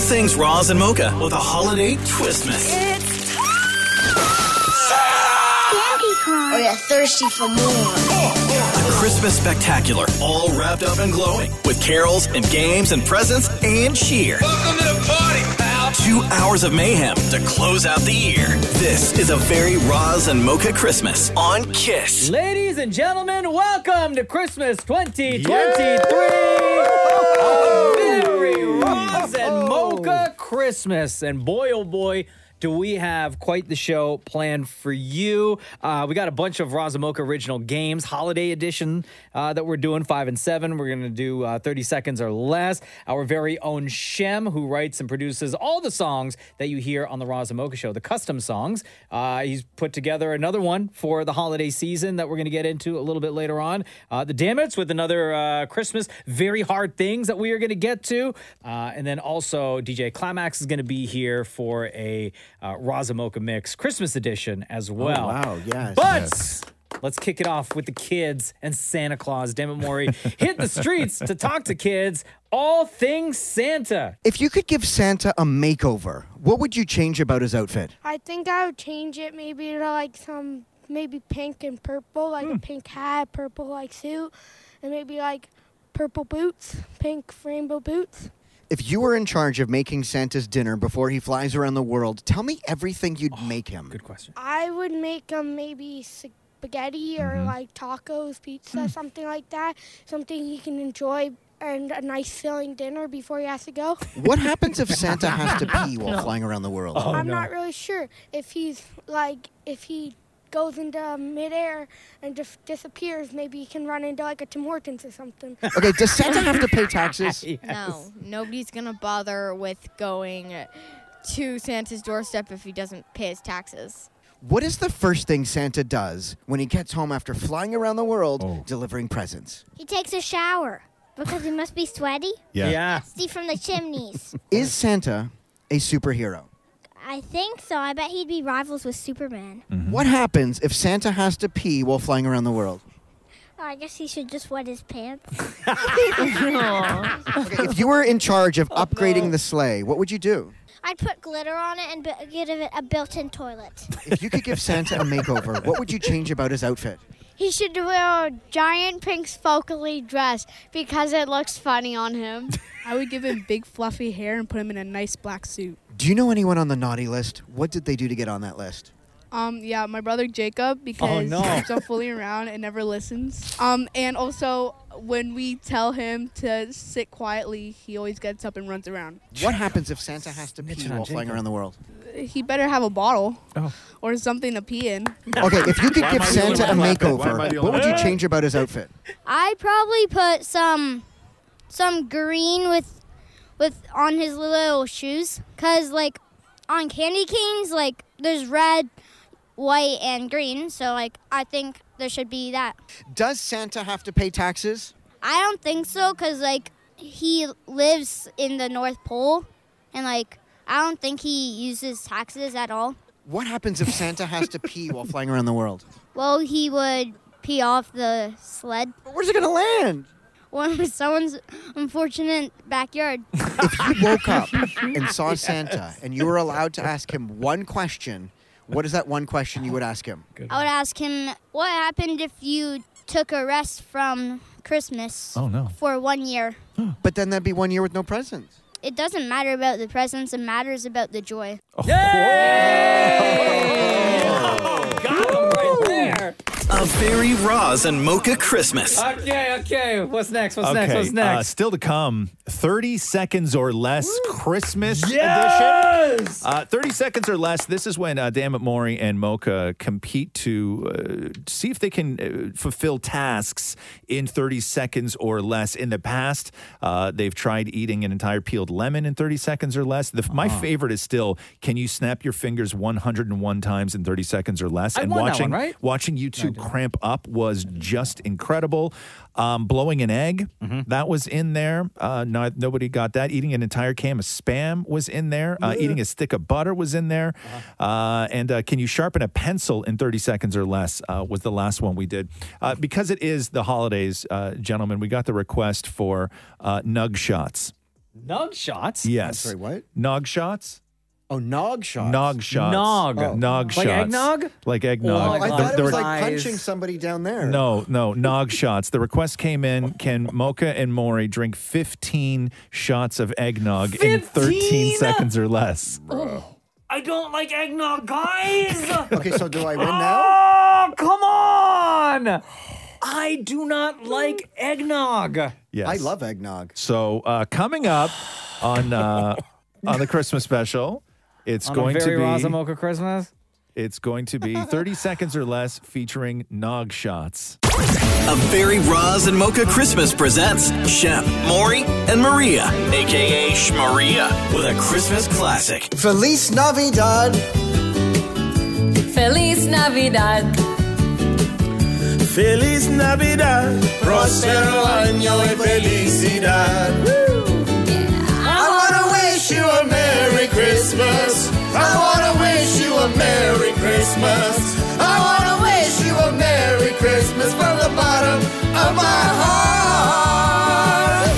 things Roz and Mocha with a holiday twist mix. It's Or you're Oh, thirsty for more. A Christmas spectacular, all wrapped up and glowing with carols and games and presents and cheer. Welcome to the party, pal. Two hours of mayhem to close out the year. This is a very Roz and Mocha Christmas on Kiss. Ladies and gentlemen, welcome to Christmas 2023. A Merry Roz and Oh. Mocha Christmas. And boy, oh boy, do we have quite the show planned for you. Uh, we got a bunch of Roz and Mocha original games, holiday edition uh, that we're doing, five and seven. We're going to do uh, 30 seconds or less. Our very own Shem, who writes and produces all the songs that you hear on the Roz and Mocha show, the custom songs. Uh, he's put together another one for the holiday season that we're going to get into a little bit later on. Uh, the Damits with another uh, Christmas very hard things that we are going to get to, uh, and then also DJ Climax is going to be here for a uh, Razamoka mix Christmas edition as well. Oh, wow. Yes, but. yes. Let's kick it off with the kids and Santa Claus. Damn it, Maury. Hit the streets to talk to kids. All things Santa. If you could give Santa a makeover, what would you change about his outfit? I think I would change it maybe to like some maybe pink and purple, like a pink hat, purple like suit, and maybe like purple boots, pink rainbow boots. If you were in charge of making Santa's dinner before he flies around the world, tell me everything you'd make him. Oh, Good question. I would make them maybe spaghetti or like tacos, pizza, something like that, something he can enjoy and a nice filling dinner before he has to go. What happens if Santa has to pee while flying around the world? Oh, I'm not really sure if he's like if he goes into midair and just disappears. Maybe he can run into like a Tim Hortons or something. Okay, does Santa have to pay taxes? No, nobody's gonna bother with going to Santa's doorstep if he doesn't pay his taxes. What is the first thing Santa does when he gets home after flying around the world Oh. delivering presents? He takes a shower because he must be sweaty. Yeah. See from the chimneys. Is Santa a superhero? I think so. I bet he'd be rivals with Superman. Mm-hmm. What happens if Santa has to pee while flying around the world? Oh, I guess he should just wet his pants. Okay, if you were in charge of upgrading the sleigh, what would you do? I'd put glitter on it and bu- give it a built-in toilet. If you could give Santa a makeover, what would you change about his outfit? He should wear a giant pink sparkly dress because it looks funny on him. I would give him big fluffy hair and put him in a nice black suit. Do you know anyone on the naughty list? What did they do to get on that list? Um, yeah, my brother Oh, Jacob because no. he keeps on fooling around and never listens. Um, and also when we tell him to sit quietly, he always gets up and runs around. What happens if Santa has to pee Snitching on while flying Jacob. around the world? He better have a bottle or something to pee in. Oh. Okay, if you could give am I the only Santa a one laughing? Why am I makeover, the only what would one you change about his outfit? I'd probably put some some green with with on his little shoes cuz like on candy canes like there's red, white and green, so like I think there should be that. Does Santa have to pay taxes? I don't think so cuz like he lives in the North Pole and like I don't think he uses taxes at all. What happens if Santa has to pee while flying around the world? Well, he would pee off the sled But Where's it gonna land? or someone's unfortunate backyard. If you woke up and saw Santa and you were allowed to ask him one question, what is that one question you would ask him? I would ask him what happened if you took a rest from Christmas Oh, no. for one year. But then that'd be one year with no presents. It doesn't matter about the presents, it matters about the joy. Got him right there. A very Roz and Mocha Christmas. Okay, okay. What's next? What's next? What's Uh, next? still to come, 30 seconds or less Christmas edition. yes! Uh, 30 seconds or less. This is when uh, Dammit Maury and Mocha compete to uh, see if they can uh, fulfill tasks in 30 seconds or less. In the past, uh, they've tried eating an entire peeled lemon in 30 seconds or less. The, Uh-huh. My favorite is still can you snap your fingers 101 times in 30 seconds or less? I and won that watching, one, right? watching you two cramp up was just incredible. Um, blowing an egg, Mm-hmm. that was in there. Uh, not, nobody got that. Eating an entire can of spam was in there. Uh, Eating a stick of butter was in there. Uh-huh. Uh, and uh, can you sharpen a pencil in 30 seconds or less uh, was the last one we did. Uh, because it is the holidays, uh, gentlemen, we got the request for uh, nug shots. Nog shots? Yes. I'm sorry, what? Nog shots? Oh, nog shots. Nog shots. Nog. Nog Like shots. eggnog? Like Oh, eggnog. I thought it There was were- like punching somebody down there. No, no, nog shots. The request came in. Can Mocha and Maury drink 15 shots of eggnog in 13 15? seconds or less? I don't like eggnog, guys. okay, so do I win now? Oh, come on! I do not like eggnog. Yes. I love eggnog. So uh, coming up on uh, on the Christmas special, it's On a going very Raza to be Mocha Christmas. It's going to be 30 seconds or less featuring nog shots. A very Roz and Mocha Christmas presents Shep, Maury, and Maria, aka Shmaria, with a Christmas classic. Feliz Navidad. Uh-huh. Feliz Navidad. Feliz Navidad. Prospero año y felicidad. I wanna wish you a Merry Christmas. I wanna wish you a Merry Christmas. I wanna wish you a Merry Christmas from the bottom of my heart.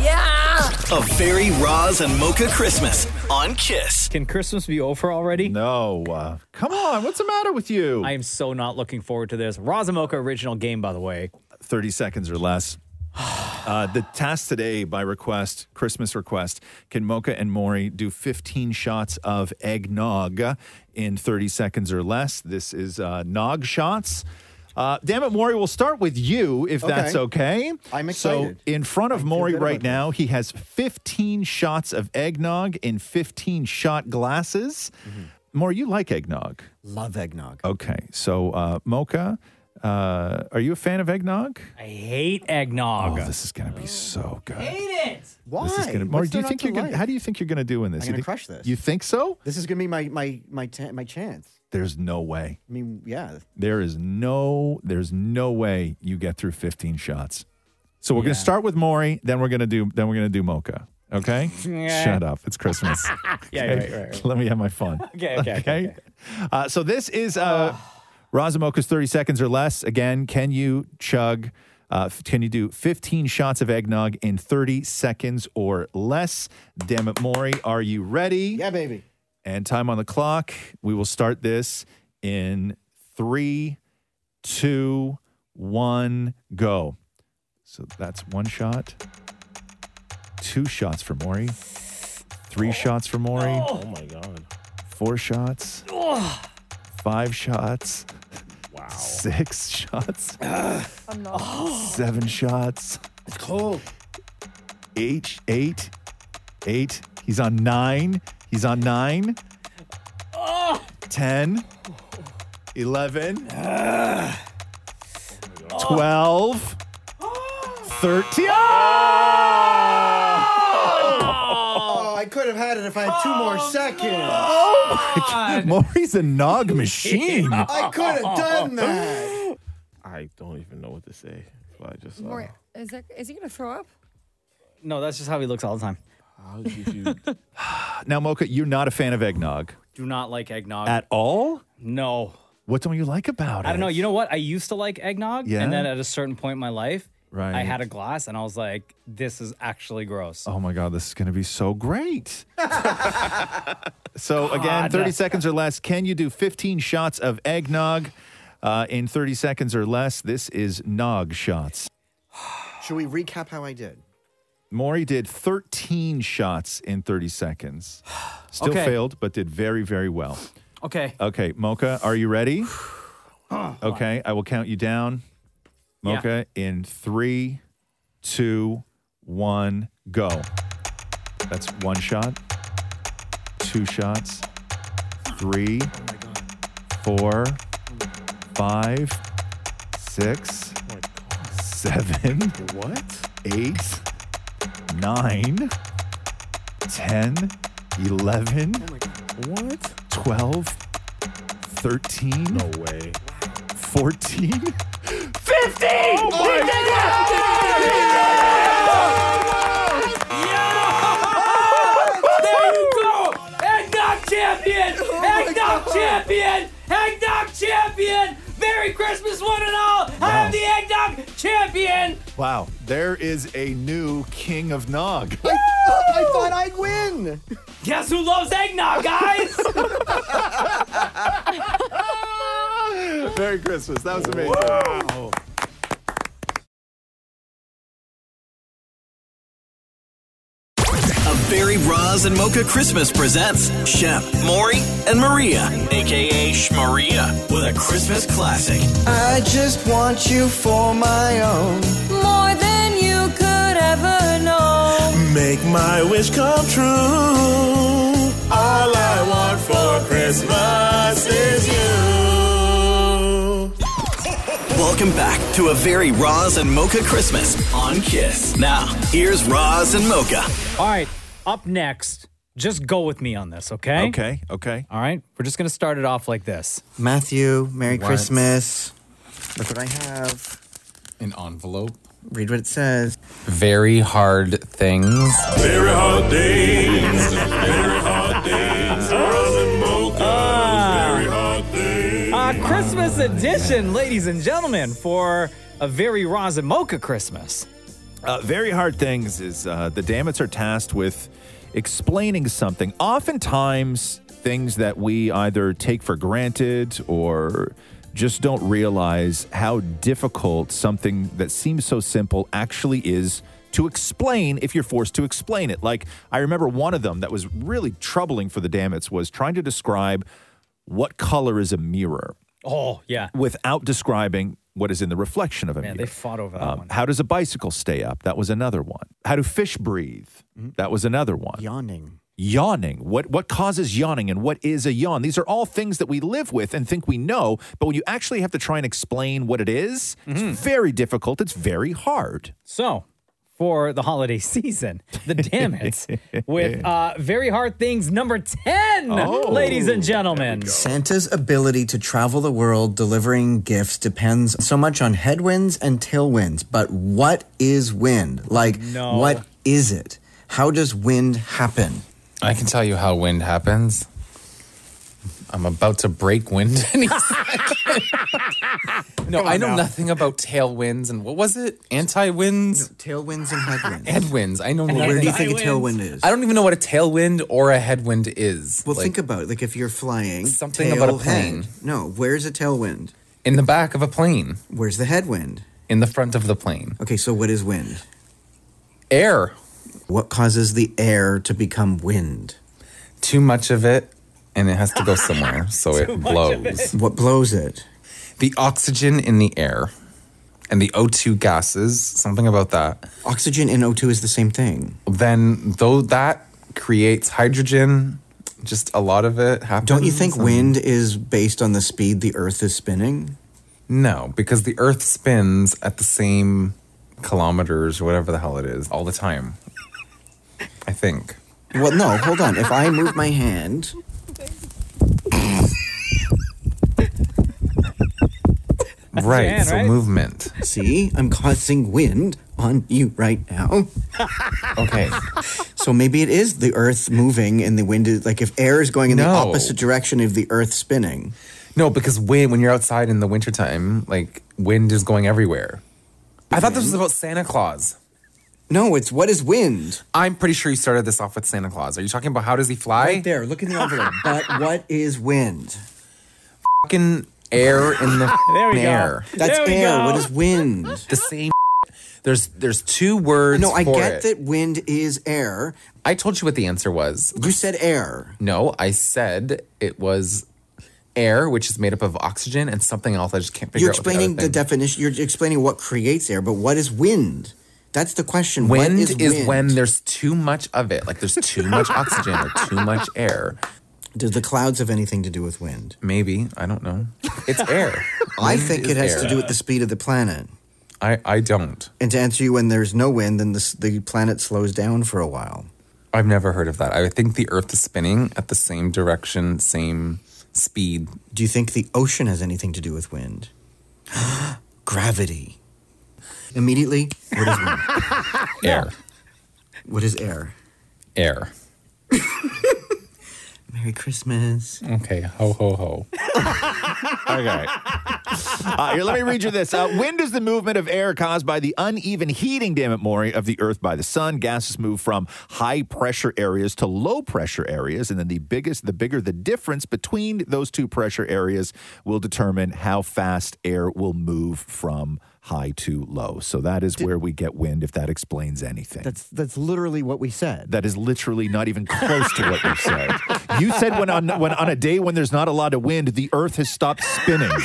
Yeah. A very Roz and Mocha Christmas on Kiss. Can Christmas be over already? No. Uh, come on. What's the matter with you? I am so not looking forward to this. Raza Mocha original game, by the way. 30 seconds or less. Uh, the task today by request, Christmas request, can Mocha and Maury do 15 shots of eggnog in 30 seconds or less? This is uh, nog shots. Uh, damn it, Maury, we'll start with you if Okay. that's okay. I'm So, excited. in front of Maury right now, he has 15 shots of eggnog in 15 shot glasses. Mm-hmm. Maury, you like eggnog. Love eggnog. Okay. So, uh, Mocha, uh, are you a fan of eggnog? I hate eggnog. Oh, this is gonna be so good. Hate it. Why? This is gonna. Maury, What's do you there think not you're to gonna? like? How do you think you're gonna do in this? I'm You gonna think- crush this. You think so? This is gonna be my my my ta- my chance. There's no way. I mean, yeah. There is no. There's no way you get through 15 shots. So we're gonna start with Maury. Then we're gonna do. Then we're gonna do Mocha. Okay. Yeah. Shut up. It's Christmas. Yeah, Okay? right, right, right. Let me have my fun. Okay, okay, okay, Uh, so this is uh, Razumoka's 30 seconds or less. Again, can you chug? Uh, f- can you do 15 shots of eggnog in 30 seconds or less? Damn it, Maury, are you ready? Yeah, baby. And time on the clock. We will start this in three, two, one, go. So that's one shot, two shots for Maury, three shots for Maury. Oh my god. Four shots. Five shots. Wow. Six shots. Seven shots. It's cold. Eight, eight, eight. He's on nine. He's on nine. Ten. Eleven. Twelve. Thirteen. Oh, I could have had it if I Oh, had two more seconds. Maury's a nog machine. I could have done that. I don't even know what to say. So I just. Uh, Maury, is, that, is he going to throw up? No, that's just how he looks all the time. I'll give you. Now, Mocha, you're not a fan of eggnog Do not like eggnog at all. No. What don't you like about it? I don't know. You know what? I used to like eggnog, Yeah? and then at a certain point in my life, I Right. had a glass, and I was like, "This is actually gross." Oh my God, this is going to be so great. so, again, God. 30 seconds or less. Can you do 15 shots of eggnog uh, in 30 seconds or less? This is nog shots. Should we recap how I did? Maury did 13 shots in 30 seconds. Still Okay. failed, but did very, very well. Okay. Okay, Mocha, are you ready? Oh, okay, I will count you down. Yeah. Mocha, in three, two, one, go. That's one shot, two shots, three, four, five, six, seven, Oh what? Eight, nine, ten, eleven, Oh what? Twelve, 13 no way 14 15 Oh, There you go! Eggnog champion! Oh, Oh Eggnog champion! Eggnog champion! Merry Christmas, one and all! I am the eggnog champion! Wow, there is a new king of Nog. I thought I'd win. Guess who loves eggnog, guys? Merry Christmas. That was amazing. A Barry Roz and Mocha Christmas presents Shep, Maury, and Maria, aka Maria, with a Christmas classic. I just want you for my own. More than you could ever know. Make my wish come true. All I want for Christmas is you. Welcome back to a very Roz and Mocha Christmas on Kiss. Now, here's Roz and Mocha. All right, up next, just go with me on this, okay? Okay, okay. All right, we're just going to start it off like this. Matthew, Merry What? Christmas. Look what I have. An envelope. Read what it says. Very hard things. Very hard days. Very hard days. Roz and Mocha. Very hard days. Uh, Ah. Christmas edition, ladies and gentlemen, for a very Roz and Mocha Christmas. Uh, very hard things is uh, the Damits are tasked with explaining something. Oftentimes, things that we either take for granted or just don't realize how difficult something that seems so simple actually is to explain if you're forced to explain it. Like, I remember one of them that was really troubling for the Damits was trying to describe what color is a mirror Oh, yeah. without describing what is in the reflection of a Man, mirror. they fought over Oh that Um, one. how does a bicycle stay up? That was another one. How do fish breathe? That was another one. Yawning. Yawning. What what causes yawning and what is a yawn? These are all things that we live with and think we know, but when you actually have to try and explain what it is, it's very difficult. It's very hard. So, for the holiday season, the Damits with uh, very hard things number 10, Oh. ladies and gentlemen. Santa's ability to travel the world delivering gifts depends so much on headwinds and tailwinds, but what is wind? Like, No. what is it? How does wind happen? I can tell you how wind happens. I'm about to break wind. any second. no, Come on I know now. nothing about tailwinds and what was it? Anti winds? tailwinds and headwinds. Headwinds. I know. And nothing where do you think a about tailwind that. is? I don't even know what a tailwind or a headwind is. Well, think about it. Like, if you're flying, Something about a tailhead. plane. No, where's a tailwind? In the back of a plane. Where's the headwind? In the front of the plane. Okay, so what is wind? Air. What causes the air to become wind? Too much of it, and it has to go somewhere, so Too it much of blows. it. What blows it? The oxygen in the air and the O2 gases, something about that. Oxygen and O2 is the same thing. Then, though, that creates hydrogen, just a lot of it happens. Don't you think and- wind is based on the speed the Earth is spinning? Um, No, because the Earth spins at the same kilometers, or whatever the hell it is, all the time. I think. Well, no, hold on. If I move my hand. Right, hand, so right? movement. See, I'm causing wind on you right now. Okay. So maybe it is the earth moving and the wind is like if air is going in the No. opposite direction of the earth spinning. No, because wind, when you're outside in the wintertime, like wind is going everywhere. I thought this was about Santa Claus. No, it's what is wind? I'm pretty sure you started this off with Santa Claus. Are you talking about how does he fly? Right there, look in the envelope. but what is wind? Fucking air in the There we go. air. That's There we air. go. What is wind? The same. There's there's two words. No, I for get it. that wind is air. I told you what the answer was. You said air. No, I said it was air, which is made up of oxygen and something else. I just can't figure You're out. what the other explaining the thing- definition. You're explaining what creates air, but what is wind? That's the question. What Wind is is, wind? when there's too much of it. Like there's too much oxygen or too much air. Do the clouds have anything to do with wind? Maybe. I don't know. It's air. I Wind think is it has air. to do with the speed of the planet. I, I don't. And to answer you, when there's no wind, then the, the planet slows down for a while. I've never heard of that. I think the earth is spinning at the same direction, same speed. Do you think the ocean has anything to do with wind? Gravity. Immediately, what is wind? Air. What is air? Air. Merry Christmas. Okay, ho ho ho. okay. Uh, here, let me read you this. Uh, when does the movement of air caused by the uneven heating, damn it, Maury, of the Earth by the sun? Gases move from high pressure areas to low pressure areas, and then the biggest, the bigger the difference between those two pressure areas will determine how fast air will move from high to low. So that is where we get wind, if that explains anything. That's that's literally what we said. That is literally not even close to what you said. You said when on when on a day when there's not a lot of wind, the Earth has stopped spinning.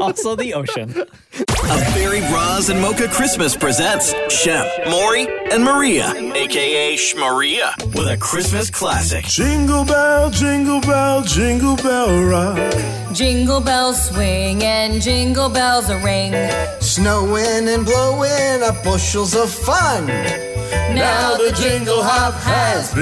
also, the ocean. A Barry Roz and Mocha Christmas presents Shep, Maury, and Maria, aka Shmaria, with a Christmas classic. Jingle bell, jingle bell, jingle bell rock. Jingle bells swing and jingle bells a ring. Snowing and blowing up bushels of fun. Now the jingle hop has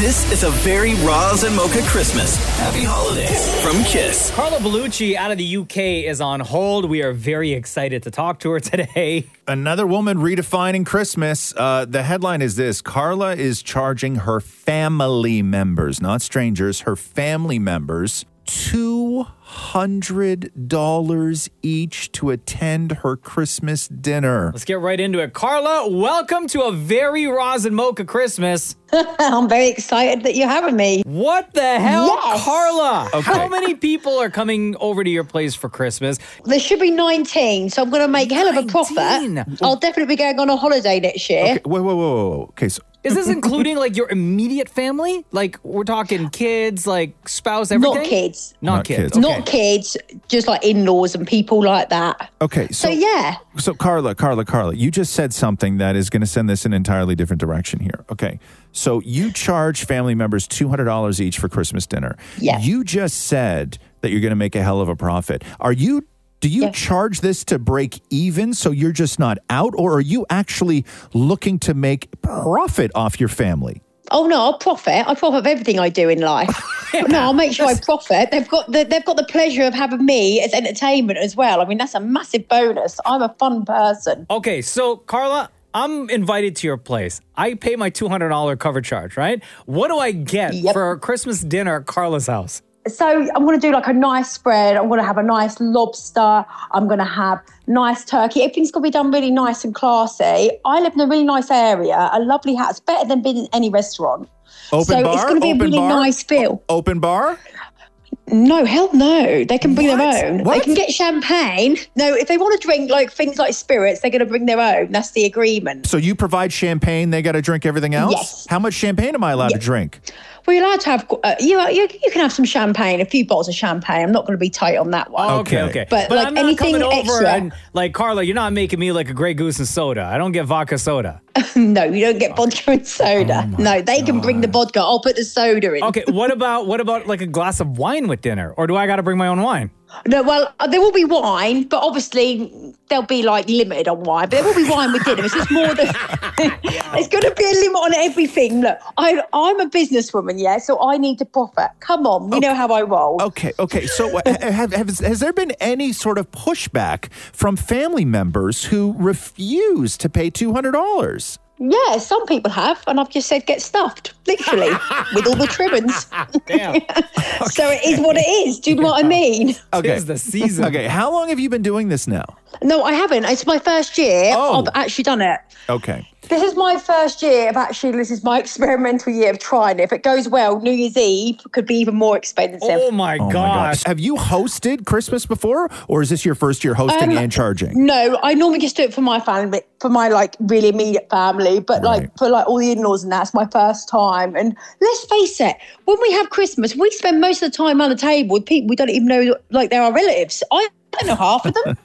This is a very Roz and Mocha Christmas. Happy holidays from Kiss. Carla Bellucci out of the UK is on hold. We are very excited to talk to her today. Another woman redefining Christmas. Uh, the headline is this Carla is charging her family members, not strangers, her family members, $200 each to attend her Christmas dinner. Let's get right into it. Carla, welcome to a very Roz and Mocha Christmas. I'm very excited that you're having me. What the hell, Carla? Okay. How many people are coming over to your place for Christmas? There should be 19, so I'm going to make hell of a profit. I'll definitely be going on a holiday next year. Okay, whoa, whoa, whoa, whoa, whoa. Okay, so Is this including like your immediate family? Like we're talking kids, like spouse, everything? Not kids. Not, Not kids. okay. Not kids, just like in laws and people like that. Okay, so, So, yeah. so Carla, Carla, Carla, you just said something that is going to send this in an entirely different direction here. Okay, so you charge family members two hundred dollars each for Christmas dinner. Yeah. You just said that you're going to make a hell of a profit. Are you? Do you charge this to break even so you're just not out, or are you actually looking to make profit off your family? Oh no, I profit. I profit of everything I do in life. no, I'll make sure I profit. They've got the, they've got the pleasure of having me as entertainment as well. I mean, that's a massive bonus. I'm a fun person. Okay, so Carla, I'm invited to your place. I pay my $200 cover charge, right? What do I get for Christmas dinner at Carla's house? So I'm going to do like a nice spread. I'm going to have a nice lobster. I'm going to have nice turkey. Everything's going to be done really nice and classy. I live in a really nice area, a lovely house, better than being in any restaurant. Open so bar? it's going to be Open a really bar? nice feel. Open bar? No, hell no. They can bring their own. They What? can get champagne. No, if they want to drink like things like spirits, they're going to bring their own. That's the agreement. So you provide champagne, they got to drink everything else? Yes. How much champagne am I allowed to drink? Well, you're allowed to have. Uh, you, you you can have some champagne, a few bottles of champagne. I'm not going to be tight on that one. Okay, okay. But, like I'm not anything coming over extra. and like Carla, you're not making me like a Grey Goose and soda. I don't get vodka soda. no, you don't get vodka and Oh soda. no, they can bring the vodka. I'll put the soda in. Okay, what about what about like a glass of wine with dinner, or do I got to bring my own wine? No, well, uh, there will be wine, but obviously they'll be like limited on wine. But there will be wine with dinner. It's just more than it's going to be a limit on everything. Look, I, I'm a businesswoman, yeah, so I need to profit. Come on, you know how I roll. Okay, okay. So, uh, have, have, has there been any sort of pushback from family members who refuse to pay two hundred dollars? Yeah, some people have, and I've just said get stuffed, literally, with all the trimmings. so it is what it is. Do you know what I mean? Okay, the season. Okay, how long have you been doing this now? No, I haven't. It's my first year. I've actually done it. Okay, This is my first year of actually. This is my experimental year of trying it. If it goes well, New Year's Eve could be even more expensive. Oh Have you hosted Christmas before, or is this your first year hosting Um, and charging? No, I normally just do it for my family, for my like really immediate family, but like for like all the in-laws and that's my first time. And let's face it, when we have Christmas, we spend most of the time on the table with people we don't even know like they're our relatives. I don't know half of them.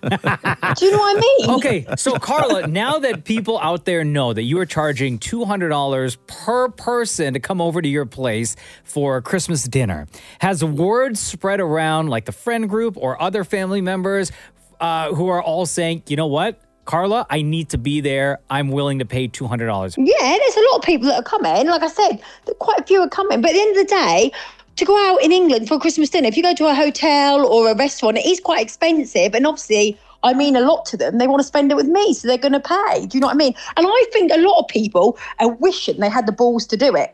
do you know what I mean? Okay, so Carla, now that people out there know that you are charging $200 per person to come over to your place for Christmas dinner, has word spread around like the friend group or other family members uh, who are all saying, you know what, Carla, I need to be there. I'm willing to pay $200. Yeah, there's a lot of people that are coming. Like I said, th- quite a few are coming. But at the end of the day, to go out in England for a Christmas dinner, if you go to a hotel or a restaurant, it is quite expensive. And obviously, I mean a lot to them. They want to spend it with me, so they're going to pay. Do you know what I mean? And I think a lot of people are wishing they had the balls to do it.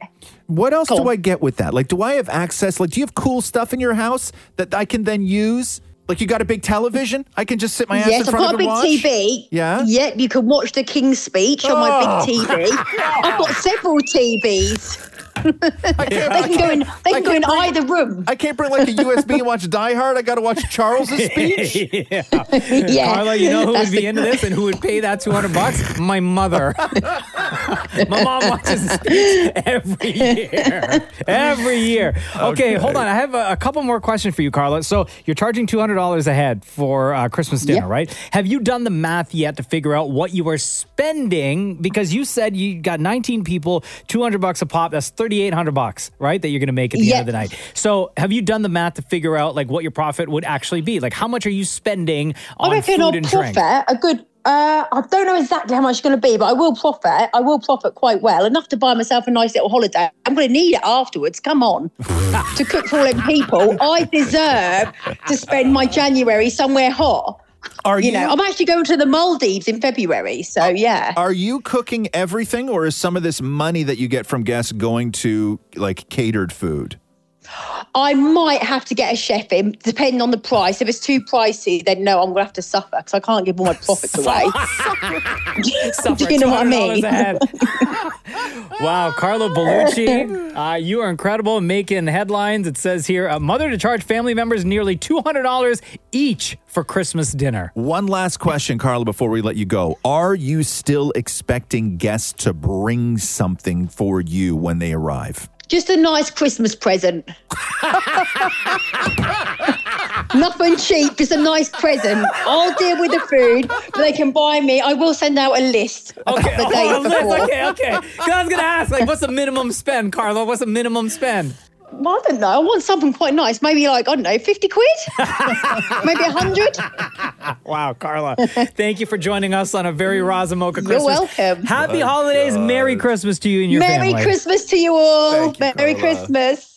What else do I get with that? Like, do I have access? Like, do you have cool stuff in your house that I can then use? Like, you got a big television? I can just sit my ass yes, in front I've of got a it big and watch? TV. Yeah? Yep, you can watch the King's Speech on my Oh. big TV. I've got several TVs. they can go in. They I can go in can't bring- either room. I can't bring like a USB and watch Die Hard. I got to watch Charles's speech. yeah. Yeah. Carla, you know who That's would be the- into this and who would pay that 200 bucks? My mother. My mom watches this every year. Every year. Okay, Okay. hold on. I have a, a couple more questions for you, Carla. So you're charging $200 a head for uh, Christmas dinner, Yep. right? Have you done the math yet to figure out what you are spending? Because you said you got 19 people, 200 bucks a pop. That's 3,800 bucks, right? That you're going to make at the end of Yep. the night. So have you done the math to figure out like what your profit would actually be? Like how much are you spending on I reckon food I'll and profit drink? a good. Uh, I don't know exactly how much it's going to be, but I will profit. I will profit quite well enough to buy myself a nice little holiday. I'm going to need it afterwards. Come on, to cook for all them people, I deserve to spend my January somewhere hot. Are you, know? you- I'm actually going to the Maldives in February, so yeah. Are you cooking everything, or is some of this money that you get from guests going to like catered food? I might have to get a chef in, depending on the price. If it's too pricey, then no, I'm going to have to suffer because I can't give all my profits away. Suffer Do you know what I $200 mean? a head. Wow, Carlo Bellucci, uh, you are incredible making headlines. It says here a mother to charge family members nearly $200 each for Christmas dinner. One last question, Carla, before we let you go. Are you still expecting guests to bring something for you when they arrive? Just a nice Christmas present. Nothing cheap, just a nice present. I'll deal with the food, but they can buy me. I will send out a list about the days Oh, Liz, before. okay, okay. 'Cause I was going to ask, like, what's the minimum spend, Carlo? What's the minimum spend? Well, I don't know. I want something quite nice. Maybe like, I don't know, 50 quid? Maybe 100? Ah, wow, Carla. Thank you for joining us on a very Razamoka You're Christmas. welcome. Happy holidays. Merry Christmas to you and your Merry family. Christmas to you all. Merry Christmas.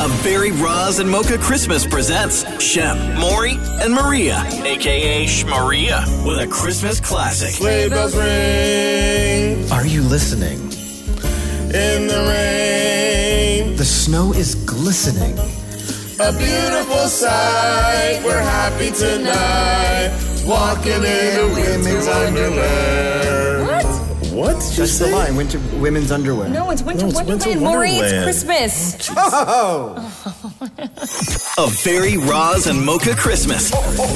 A Barry Roz and Mocha Christmas presents Shem, Maury, and Maria, aka Shmaria, with a Christmas classic. Sleigh bells ring Are you listening? in the rain. The snow is glistening. A beautiful sight. We're happy tonight. Walking in a winter wonderland. What? What? That's the line. Winter women's underwear. No, it's Winter Wonderland. Winter Maury, Wonderland. it's Christmas. Oh. A Barry Roz and Mocha Christmas.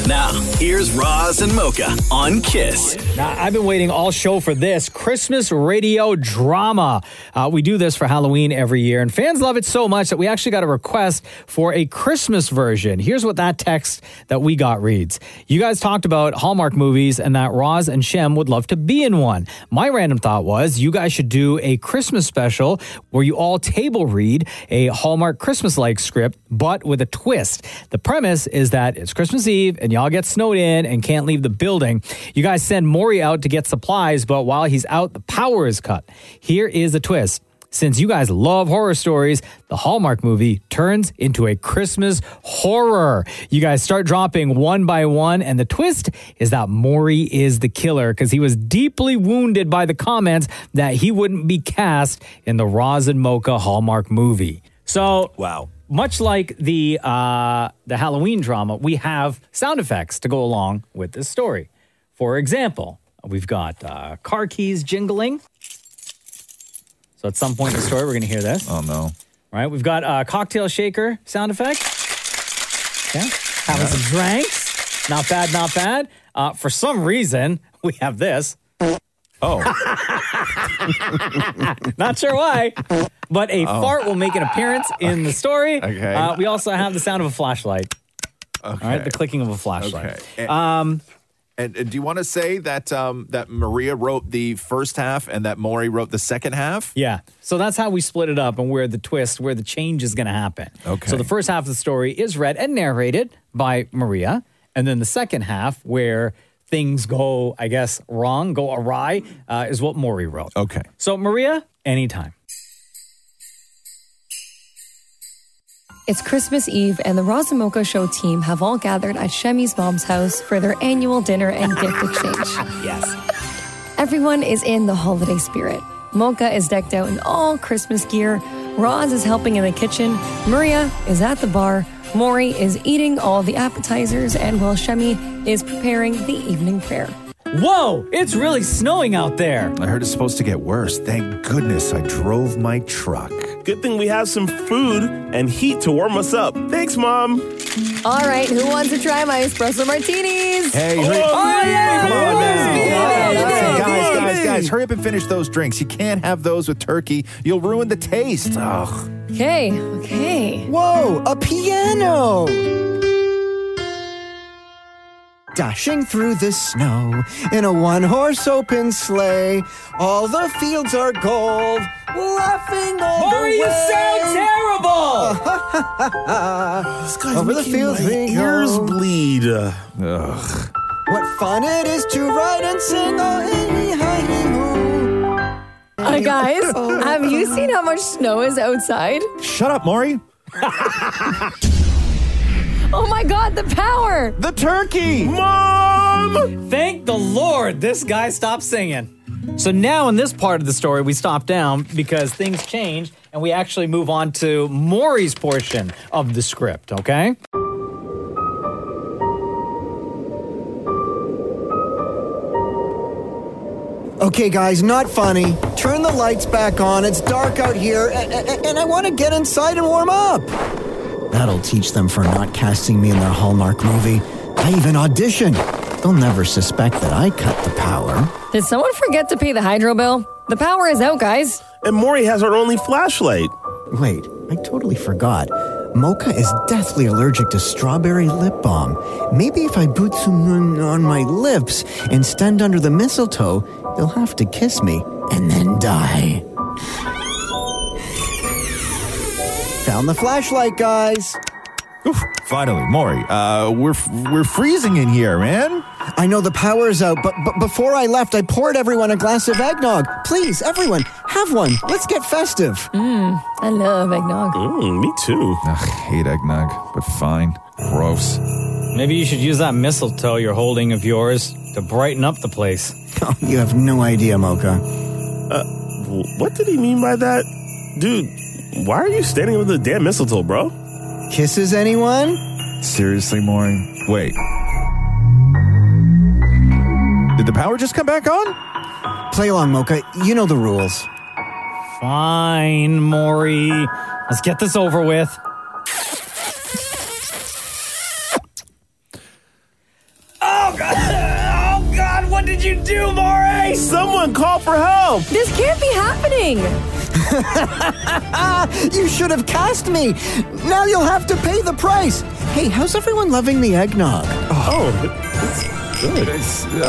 Now, here's Roz and Mocha on Kiss. Now, I've been waiting all show for this Christmas radio drama. Uh, we do this for Halloween every year, and fans love it so much that we actually got a request for a Christmas version. Here's what that text that we got reads You guys talked about Hallmark movies and that Roz and Shem would love to be in one. My random thought was you guys should do a Christmas special where you all table read a Hallmark Christmas like script, but with a twist. The premise is that it's Christmas Eve and y'all get snowed in and can't leave the building. You guys send Maury out to get supplies, but while he's out, the power is cut. Here is the twist. Since you guys love horror stories, the Hallmark movie turns into a Christmas horror. You guys start dropping one by one, and the twist is that Maury is the killer because he was deeply wounded by the comments that he wouldn't be cast in the Roz and Mocha Hallmark movie. So, wow. Much like the uh, the Halloween drama, we have sound effects to go along with this story. For example, we've got uh, car keys jingling. So at some point in the story, we're going to hear this. Oh no! All right, we've got uh, cocktail shaker sound effect. Yeah, having some drinks. Not bad, not bad. Uh, for some reason, we have this. Oh, not sure why, but a Oh. fart will make an appearance in the story. Okay. Uh, we also have the sound of a flashlight. All right, the clicking of a flashlight. Okay. Um, and, and do you want to say that um, that Maria wrote the first half and that Maury wrote the second half? Yeah. So that's how we split it up and where the twist, where the change is going to happen. Okay. So the first half of the story is read and narrated by Maria. And then the second half, where things go, I guess, wrong, go awry, uh, is what Maury wrote. Okay. So, Maria, anytime. It's Christmas Eve, and the Razamoka Show team have all gathered at Shemi's mom's house for their annual dinner and gift exchange. Yes. Everyone is in the holiday spirit. Mocha is decked out in all Christmas gear. Roz is helping in the kitchen. Maria is at the bar. Maury is eating all the appetizers, and while Shemi is preparing the evening prayer. Whoa, it's really snowing out there. I heard it's supposed to get worse. Thank goodness I drove my truck. Good thing we have some food and heat to warm us up. Thanks, Mom. All right, who wants to try my espresso martinis? Hey, Oh, hurry- come on now. Listen, guys, guys, guys, hurry up and finish those drinks. You can't have those with turkey. You'll ruin the taste. Ugh. Okay, okay. Whoa, a piano! Dashing through the snow in a one horse open sleigh. All the fields are gold, laughing all Maury, the you way. sound terrible! this guy's Over the making fields my we ears go. bleed. Ugh. What fun it is to ride and sing all in Uh, guys, have you seen how much snow is outside? Shut up, Maury. Oh my god, the power! The turkey! Mom! Thank the Lord this guy stopped singing. So now in this part of the story, we stop down because things change and we actually move on to Maury's portion of the script, okay? Okay, guys, not funny. Turn the lights back on. It's dark out here, and, and I want to get inside and warm up. That'll teach them for not casting me in their Hallmark movie. I even auditioned. They'll never suspect that I cut the power. Did someone forget to pay the hydro bill? The power is out, guys. And Maury has her only flashlight. Wait, I totally forgot. Mocha is deathly allergic to strawberry lip balm. Maybe if I put some on my lips and stand under the mistletoe, you'll have to kiss me and then die. Found the flashlight, guys. Oof, finally, Maury. Uh, we're we're freezing in here, man. I know the power is out, but, but before I left, I poured everyone a glass of eggnog. Please, everyone, have one. Let's get festive. Mmm, I love eggnog. Mm, me too. I hate eggnog, but fine. Gross. Maybe you should use that mistletoe you're holding of yours to brighten up the place. Oh, you have no idea, Mocha. Uh, wh- what did he mean by that? Dude, why are you standing with the damn mistletoe, bro? Kisses anyone? Seriously, Maury? Wait. Did the power just come back on? Play along, Mocha. You know the rules. Fine, Maury. Let's get this over with. Oh God! Oh God! What did you do, Maury? Someone call for help! This can't be happening! you should have cast me. Now you'll have to pay the price. Hey, how's everyone loving the eggnog? Oh, it's good.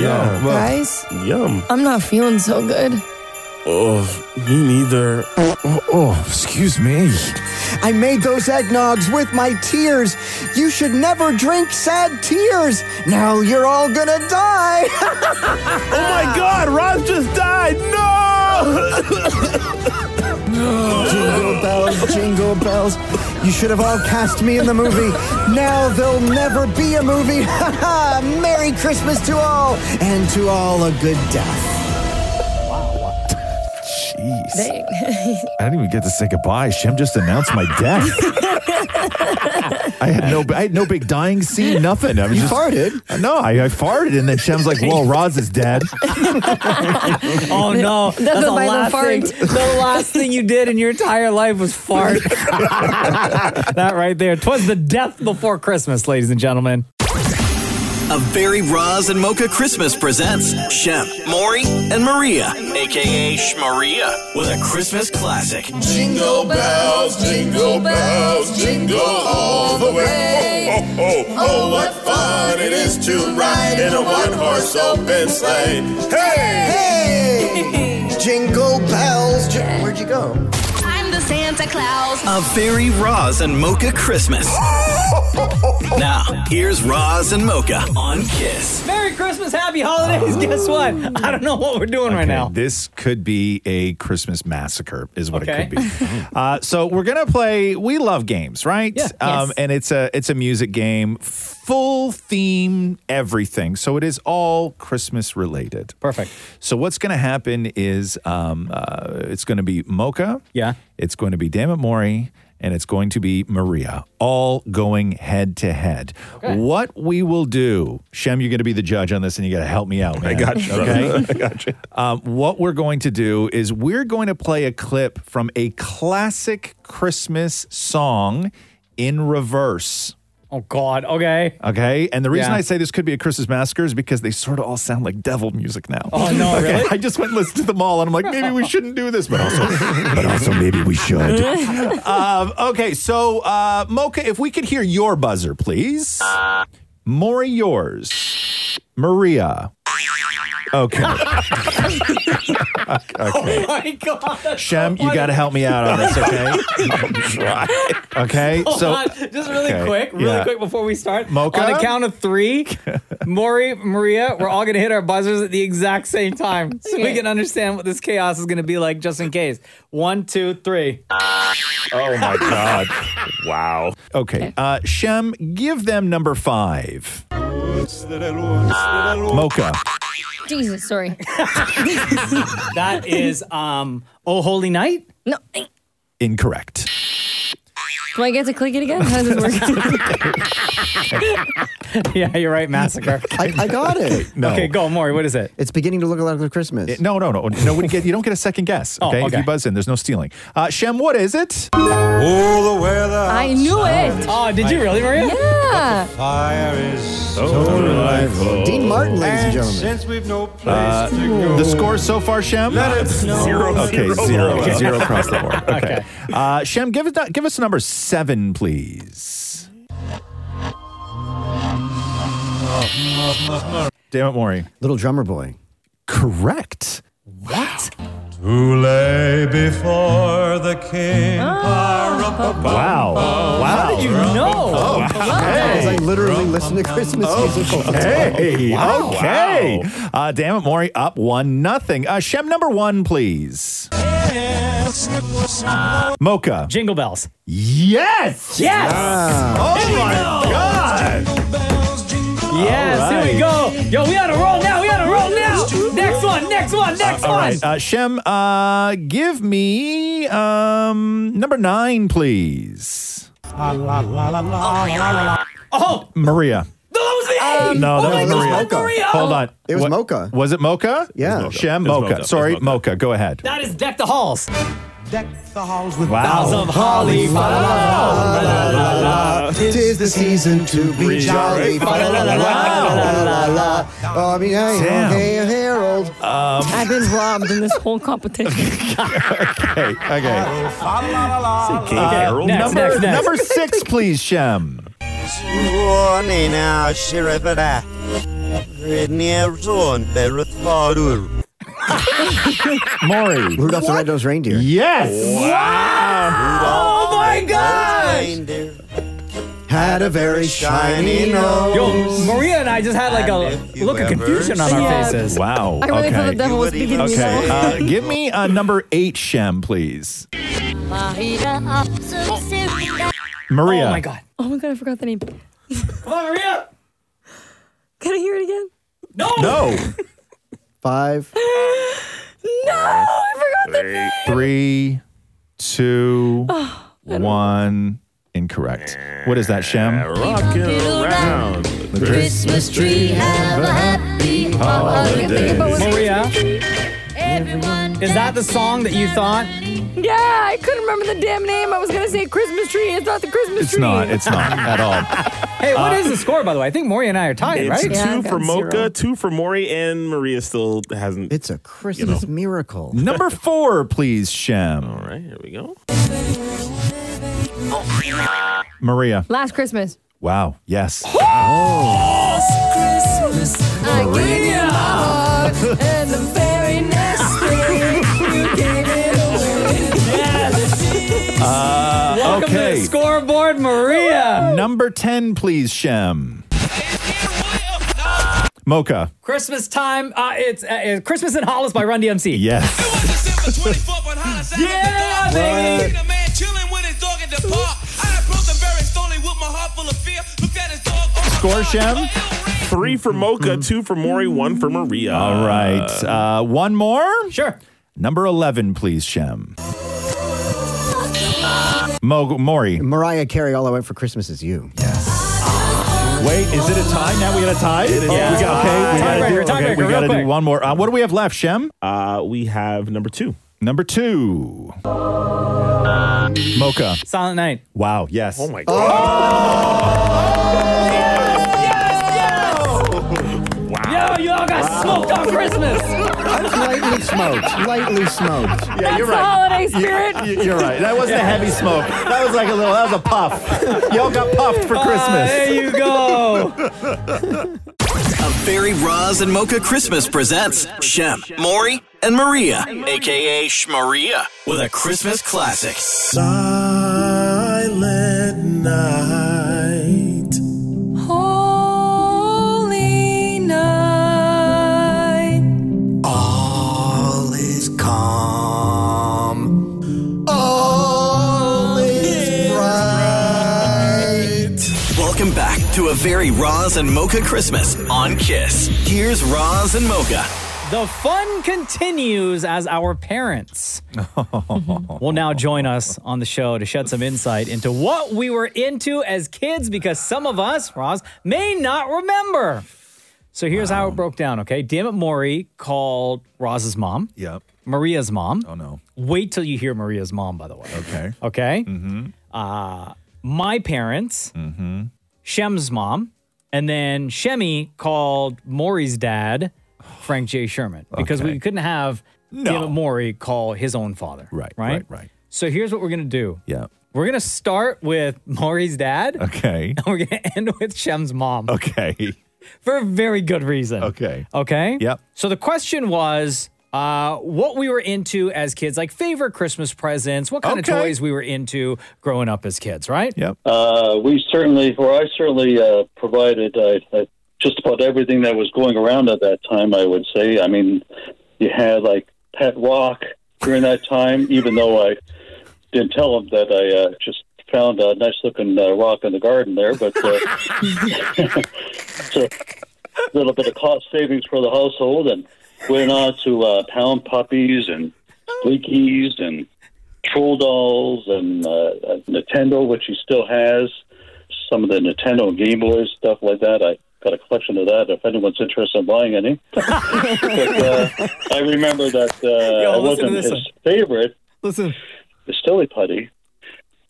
yeah, well- Guys? Yum. I'm not feeling so good. Oh, me neither. Oh, oh, excuse me. I made those eggnogs with my tears. You should never drink sad tears. Now you're all gonna die. oh my God, Rob just died. No! jingle bells, jingle bells. You should have all cast me in the movie. Now there'll never be a movie. Ha ha! Merry Christmas to all, and to all a good death. Jeez. I didn't even get to say goodbye. Shem just announced my death. I had no, I had no big dying scene, nothing. I was You just, farted? No, I, I farted, and then Shem's like, "Well, Roz is dead." Oh no! That's a the violent last thing. fart. The last thing you did in your entire life was fart. that right there. Twas the death before Christmas, ladies and gentlemen. Of Barry Roz and Mocha Christmas presents Shem, Maury, and Maria, aka Shmaria, with a Christmas classic. Jingle bells, jingle bells, jingle all the way. Oh, oh, oh, oh, what fun it is to ride in a one horse open sleigh. Hey! Hey! Jingle bells. Jing- Where'd you go? I'm the to Santa Claus. A very Roz and Mocha Christmas. now, here's Roz and Mocha on Kiss. Merry Christmas, Happy Holidays. Oh. Guess what? I don't know what we're doing right Okay, now. This could be a Christmas massacre, is what Okay. it could be. uh, so we're gonna play. We love games, right? Yeah. Um, Yes. And it's a it's a music game, full theme, everything. So it is all Christmas related. Perfect. So what's gonna happen is um, uh, it's gonna be Mocha. Yeah. It's going to be Dammit Maury. And it's going to be Maria, all going head to head. What we will do, Shem, you're going to be the judge on this, and you got to help me out. I man. got you, brother. Okay, I got you. Um, what we're going to do is we're going to play a clip from a classic Christmas song in reverse. Oh God. Okay. Okay. And the reason Yeah. I say this could be a Christmas massacre is because they sort of all sound like devil music now. Oh, no, Okay, really? I just went and listened to them all, and I'm like, maybe we shouldn't do this, but also, but also maybe we should. um, okay. So, uh, Mocha, if we could hear your buzzer, please. Maury, yours. Maria. Okay. okay. my God. Shem, you got to help me out on this, okay? Okay. Hold so, on, Oh, just really okay, quick, really yeah. quick before we start. Mocha? On the count of three, Maury, Maria, we're all gonna hit our buzzers at the exact same time, so we Okay. can understand what this chaos is gonna be like, just in case. One, two, three. Oh my God. wow. Okay. Uh, Shem, give them number five. Ah. Mocha. Jesus, sorry. that is um. Oh, holy night. No. Incorrect. Do I get to click it again? How does this work? yeah, you're right, massacre. I, I got it. No. Okay, go, Maury. What is it? It's beginning to look a lot like Christmas. No, no, no. Nobody get, you don't get a second guess. Oh, Okay? If okay. you buzz in, there's no stealing. Uh, Shem, what is it? Oh, the weather. I knew it. Oh, did you really, Maria? Yeah. Fire is Oh, so delightful. Dean Martin, ladies and gentlemen. Since we've no place Uh, to go. the score so far, Shem? Let it snow. Zero, Okay, zero. zero. Okay. Zero across the board. Okay. Uh, Shem, give us, that- give us number seven, please. Oh. Damn it, Maury. Little drummer boy. Correct. What? To lay before the king. Wow. Wow. How did you know? Because I literally listen to Christmas musicals. Hey, okay. Uh, damn it, Maury, up one nothing. Uh, Shem number one, please. Mocha. Jingle bells. Yes. Yes. Oh my God. Yes. All Here we go. Yo, we on a roll now. We on a roll now. Next one. Next one. Next All one. right, uh, Shem, uh, give me um, number nine, please. Oh, Maria. Um, no, oh that my was God, Maria. Maria. Hold on. It was What- Mocha. Was it Mocha? Yeah. Mocha. Shem, It was Mocha. Mocha. Sorry, Mocha. Go ahead. That is deck the halls. The halls with boughs of holly. Fa la la la la la. Tis the season to be jolly. Fa-la-la-la-la-la-la-la. Oh, I mean, hey, Damn. hey, Harold. Um, I've been robbed in this whole competition. okay, okay. King Harold. Next, number, next, next. number six, please, Shem. Warning now, Sheriff Ra. Rednear zone, Bereth Fadur. Maury. Rudolph the Red-Nosed Reindeer. Yes. Oh my gosh. Had a very shiny nose. Yo, Maria and I just had like a look of confusion on our Yeah. faces. Wow. I really okay. thought the devil was speaking to me. Okay. Uh, give me uh, number eight, Shem, please. Maria. Oh my God. Oh my god, I forgot the name. Come on, Maria. Can I hear it again? No. No. Five. No, Oh, I forgot the name. Oh, Three, two, one. Incorrect. What is that, Shem? Rocking around the Christmas tree, have a happy holiday. Maria, Everyone is that the song that you thought? Yeah, I couldn't remember the damn name. I was gonna say Christmas tree. It's not the Christmas It's tree. not. It's not at all. Uh, Hey, what is the score, by the way? I think Maury and I are tied, It's right? two for Mocha, two for Maury, and Maria still hasn't. It's a Christmas miracle. Number four, please, Shem. All right, here we go. Maria. Last Christmas. Wow. Yes. Oh. Christmas, I gave you my heart, and the very next thing you gave it away. Yes. Uh, scored Maria. Number 10, please, Shem. Mocha. Christmas time. Uh, it's uh, uh, Christmas in Hollis by Run DMC. Yes. yeah, baby. Score, Shem. Mm-hmm. Three for Mocha, two for Maury, one for Maria. All right. Uh, one more? Sure. Number 11, please, Shem. Mo- Maury. Mariah Carey, All I Want for Christmas Is You. Wait, is it a tie? Now we got a tie? It is a Oh, we tie. got, okay, we Tiebreaker, gotta do, tiebreaker, okay, we real gotta do quick. one more. Uh, what do we have left, Shem? Uh, we have number two. Number two. Mocha. Silent Night. Wow, yes. Oh my god. Yo, you all got smoked on Christmas. lightly smoked. Lightly smoked. Yeah, you're That's right. holiday spirit. You- You're right. That wasn't a heavy smoke. That was like a little, that was a puff. Y'all got puffed for Ah, Christmas. there you Oh, go. A Fairy Roz and Mocha Christmas presents Shem, Maury, and Maria, aka Shmaria, with a Christmas classic. Silent night. Holy night. All is calm. All is bright. Welcome back to A Very Roz and Mocha Christmas on KISS. Here's Roz and Mocha. The fun continues as our parents will now join us on the show to shed some insight into what we were into as kids because some of us, Roz, may not remember. So here's how it broke down, okay? Dammit Maury called Roz's mom. Yep. Maria's mom. Oh, no. Wait till you hear Maria's mom, by the way. Okay. Okay? Mm-hmm. Uh, my parents, Mm-hmm. Shem's mom, and then Shemmy called Maury's dad, Frank J. Sherman, because we couldn't have No. Dammit Maury call his own father. Right, Right? right, right. So here's what we're going to do. Yeah. We're going to start with Maury's dad. Okay. And we're going to end with Shem's mom. Okay. For a very good reason. Okay. Okay. Yep. So the question was uh, what we were into as kids, like favorite Christmas presents, what kind of Okay. toys we were into growing up as kids, right? Yep. Uh, we certainly, or I certainly uh, provided uh, uh, just about everything that was going around at that time, I would say. I mean, you had like Pet Rock during that time, even though I didn't tell them that I uh, just found a nice looking uh, rock in the garden there, but uh, it's a little bit of cost savings for the household and went on to uh, Pound Puppies and Blinkies and Troll Dolls and uh, uh, Nintendo, which he still has. Some of the Nintendo and Game Boys stuff like that. I got a collection of that. If anyone's interested in buying any, but uh, I remember that uh, Yo, I listen wasn't to this his one. favorite. Listen, the Stilly Putty,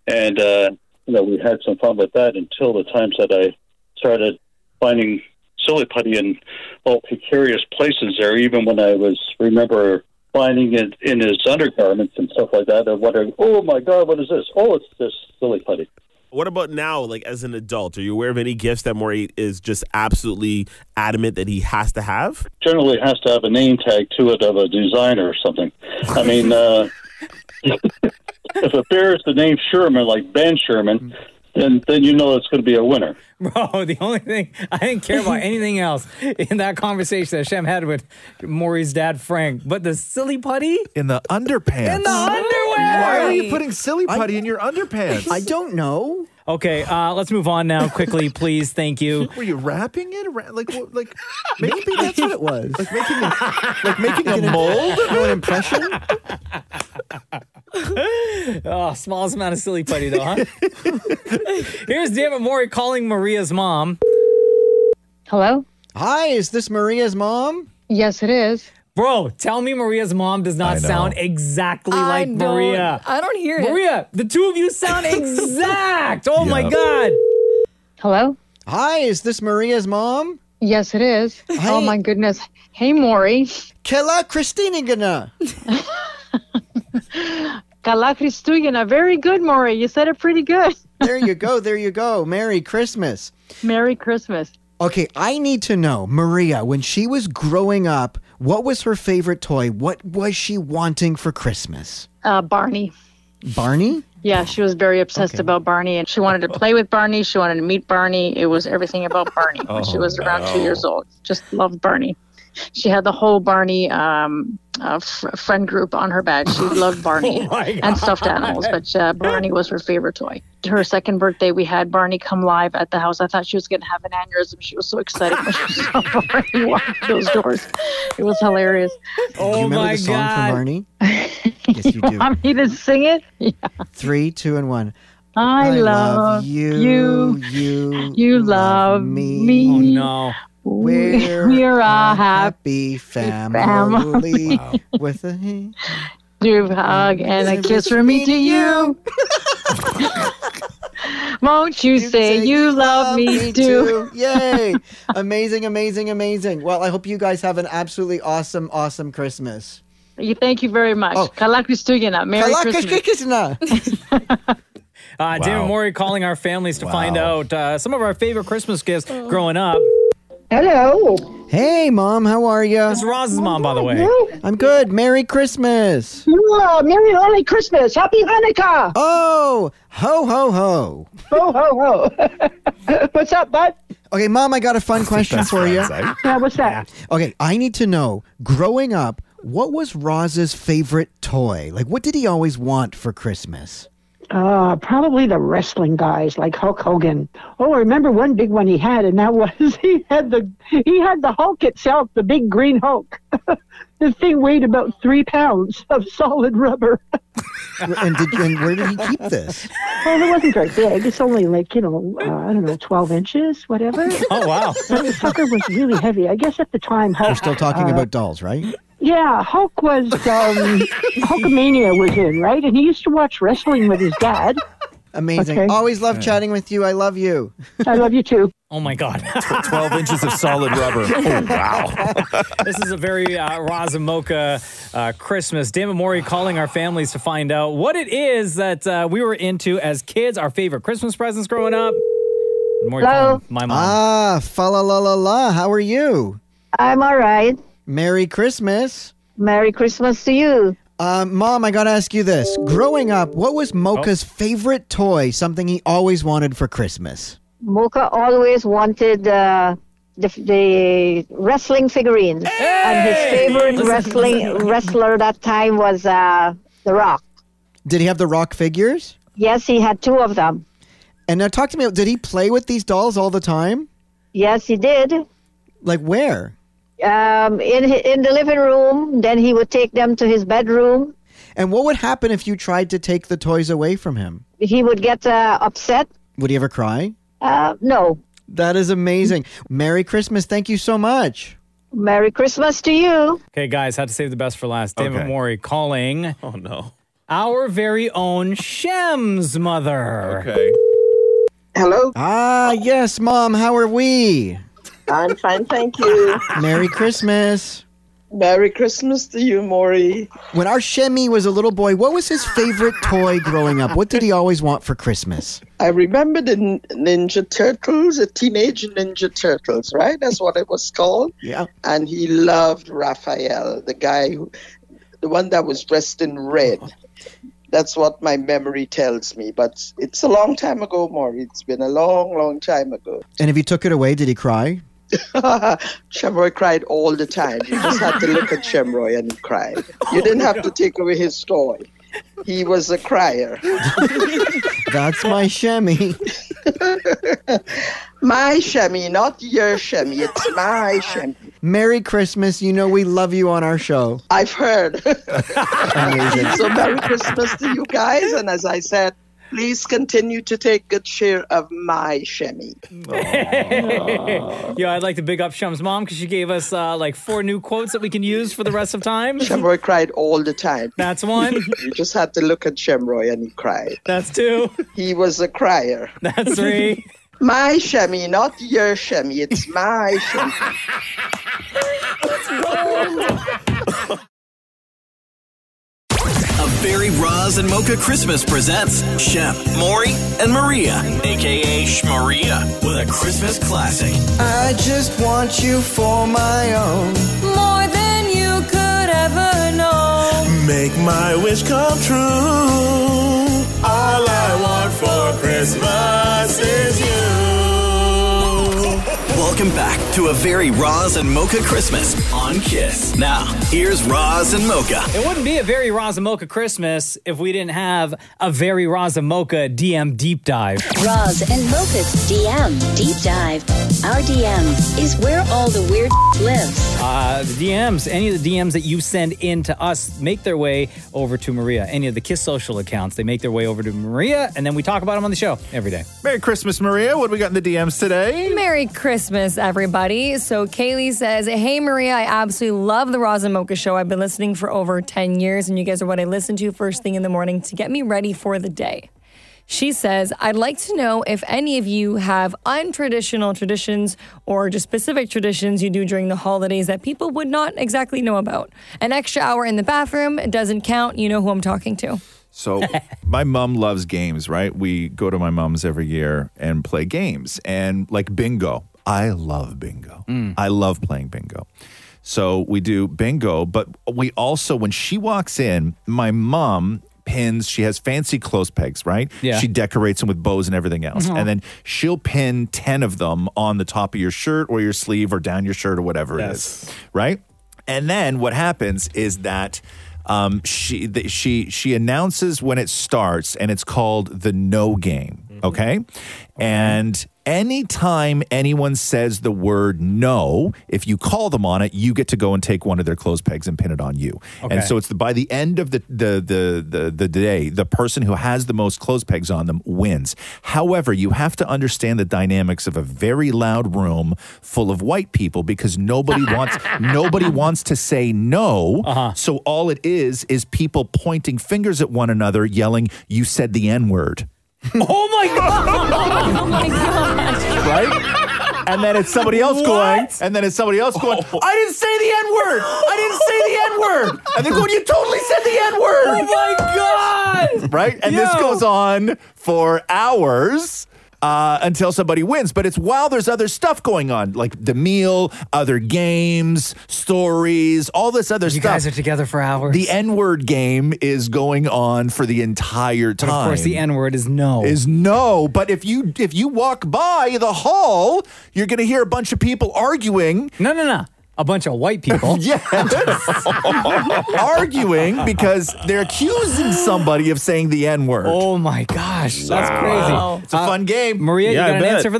and uh, you know we had some fun with that until the times that I started finding Silly Putty in all precarious places there. Even when I was remember finding it in his undergarments and stuff like that, and wondering, oh my god, what is this? Oh, it's this Silly Putty. What about now, like as an adult? Are you aware of any gifts that Maury is just absolutely adamant that he has to have? Generally, has to have a name tag to it of a designer or something. I mean, uh, if it bears the name Sherman, like Ben Sherman, then then you know it's going to be a winner. Bro, the only thing I didn't care about anything else in that conversation that Shem had with Maury's dad, Frank, but the silly putty in the underpants. In the underwear. Why are you putting silly putty in your underpants? I don't know. Okay, uh, let's move on now quickly, please. Thank you. Were you wrapping it around? Like, what, like maybe that's what it was. Like making a, like making a mold of an impression. Oh, smallest amount of silly putty, though, huh? Here's David Maury calling Maria's mom. Hello? Hi, is this Maria's mom? Yes, it is. Bro, tell me Maria's mom does I not know. sound exactly I like don't- Maria. I don't hear it. Maria, the two of you sound exact. Oh my God. Hello? Hi, is this Maria's mom? Yes, it is. Oh my goodness. Hey, Maury. Kela Christinigana. Kala Kristugina. Very good, Maury. You said it pretty good. there you go. There you go. Merry Christmas. Merry Christmas. Okay, I need to know, Maria, when she was growing up, what was her favorite toy? What was she wanting for Christmas? Uh, Barney. Barney? Yeah, she was very obsessed about Barney, and she wanted to play with Barney. She wanted to meet Barney. It was everything about Barney when she Oh, was around two no. years old. Just loved Barney. She had the whole Barney um, uh, f- friend group on her back. She loved Oh Barney my and stuffed animals, but uh, Barney was her favorite toy. Her second birthday, we had Barney come live at the house. I thought she was going to have an aneurysm. She was so excited when she saw Barney walk through those doors. It was hilarious. do you remember the song Uh, from Barney? yes, you do. Want me to sing it? Three, two, and one. I, love, you, you. You, you love me. Oh no. We're, a happy family, with a Do a hug and a kiss from me to you. Won't you say you love me too? Yay! amazing, amazing, amazing. Well, I hope you guys have an absolutely awesome, awesome Christmas. You- Thank you very much. Oh. Kalakustugina. Merry Kalaka Christmas. Christmas. Uh, David Morey calling our families to find out uh, some of our favorite Christmas gifts growing up. Hello. Hey, mom. How are you? This is Roz's mom, by the way. I'm good. Merry Christmas. Yeah, Merry Early Christmas. Happy Hanukkah. Oh, ho, ho, ho. Ho, ho, ho. what's up, bud? Okay, mom, I got a fun question for you. Yeah, what's that? Okay, I need to know growing up, what was Roz's favorite toy? Like, what did he always want for Christmas? Uh, probably the wrestling guys like Hulk Hogan. Oh, I remember one big one he had, and that was he had the he had the Hulk itself, the big green Hulk. the thing weighed about three pounds of solid rubber. and, did, and where did he keep this? Well, it wasn't very big. It's only like you know, uh, I don't know, twelve inches, whatever. Oh, wow. But the sucker was really heavy. I guess at the time, Hulk. We're still talking uh, about dolls, right? Yeah, Hulk was um, Hulkamania was in right, and he used to watch wrestling with his dad. Amazing. Okay. Always love chatting with you. I love you. I love you too. Oh my God. 12 inches of solid rubber. Oh, wow. this is a very uh, Roz and Mocha uh, Christmas. Damon Mori calling our families to find out what it is that uh, we were into as kids, our favorite Christmas presents growing up. Maury calling My mom. Ah, fa la la la la. How are you? I'm all right. Merry Christmas. Merry Christmas to you. Um, Mom, I gotta ask you this. Growing up, what Oh. was Mocha's favorite toy? Something he always wanted for Christmas. Mocha always wanted uh, the, the wrestling figurines, and his favorite wrestling wrestler that time was uh, The Rock. Did he have the rock figures? Yes, he had two of them. And now, talk to me. Did he play with these dolls all the time? Yes, he did. Like where? Um, in hi- in the living room, then he would take them to his bedroom. And what would happen if you tried to take the toys away from him? He would get uh, upset. Would he ever cry? Uh, no. That is amazing. Merry Christmas. Thank you so much. Merry Christmas to you. Okay, guys, had to save the best for last. David Mori calling. Oh no. Our very own Shem's mother. Okay. Hello? Ah, yes, Mom. How are we? I'm fine, thank you. Merry Christmas. Merry Christmas to you, Maury. When our Shemmy was a little boy, what was his favorite toy growing up? What did he always want for Christmas? I remember the nin- Ninja Turtles, the Teenage Ninja Turtles, right? That's what it was called. Yeah. And he loved Raphael, the guy, who, the one that was dressed in red. That's what my memory tells me. But it's a long time ago, Maury. It's been a long, long time ago. And if you took it away, did he cry? Shamroy cried all the time. You just had to look at Shamroy and he cried. You didn't have to take away his toy. He was a crier. That's my Shemmy. My Shemmy, not your Shemmy. It's my Shemmy. Merry Christmas. You know we love you on our show. I've heard. Amazing. so Merry Christmas to you guys. And as I said, please continue to take good share of my Shemmy. Yo, I'd like to big up Shem's mom because she gave us uh, like four new quotes that we can use for the rest of time. Shamroy cried all the time. That's one. you just had to look at Shamroy and he cried. That's two. He was a crier. That's three. My Shemmy, not your Shemmy. It's my Shemmy. A very Roz and Mocha Christmas presents Shem, Maury, and Maria, aka Shmaria, with a Christmas classic. I just want you for my own. More than you could ever know. Make my wish come true. I Christmas is you. Welcome back to a very Roz and Mocha Christmas on Kiss. Now, here's Roz and Mocha. It wouldn't be a very Raza Mocha Christmas if we didn't have a very Raza Mocha DM deep dive. Roz and Mocha's DM Deep Dive. Our DM is where all the weird lives. Uh, the DMs, any of the DMs that you send in to us, make their way over to Maria. Any of the Kiss Social accounts, they make their way over to Maria, and then we talk about them on the show every day. Merry Christmas, Maria. What do we got in the DMs today? Merry Christmas, everybody. So Kaylee says, Hey, Maria, I absolutely love the Roz and Mocha show. I've been listening for over 10 years, and you guys are what I listen to first thing in the morning to get me ready for the day. She says, I'd like to know if any of you have untraditional traditions or just specific traditions you do during the holidays that people would not exactly know about. An extra hour in the bathroom doesn't count. You know who I'm talking to. So my mom loves games, right? We go to my mom's every year and play games and like bingo. I love bingo. I love playing bingo. So we do bingo, but we also when she walks in, my mom pins she has fancy clothes pegs, right? Yeah. She decorates them with bows and everything else. Mhm. And then she'll pin 10 of them on the top of your shirt or your sleeve or down your shirt or whatever it is, right? And then what happens is that um, she th- she she announces when it starts, and it's called the no game. Okay, and anytime anyone says the word no, if you call them on it, you get to go and take one of their clothes pegs and pin it on you. Okay. And so it's the, by the end of the the, the the the day, the person who has the most clothes pegs on them wins. However, you have to understand the dynamics of a very loud room full of white people because nobody wants nobody wants to say no. So all it is is people pointing fingers at one another, yelling, "You said the n word." Oh my god! oh my god! Right? And then it's somebody else going, and then it's somebody else going, Oh, I didn't say the N word. I didn't say the N word. And they're going, You totally said the N word. Oh my God. right? And this goes on for hours. Uh, until somebody wins, but it's while there's other stuff going on, like the meal, other games, stories, all this other You stuff. guys are together for hours. the N-word game is going on for the entire time. But of course, the N word is no. is no. Oh, But if you if you walk by the hall, you're going to hear a bunch of people arguing. No, no, no. A bunch of white people. yes. arguing because they're accusing somebody of saying the N word. Oh my gosh. That's crazy. Uh, It's a fun game. Maria, Yeah, I you got an bet. answer for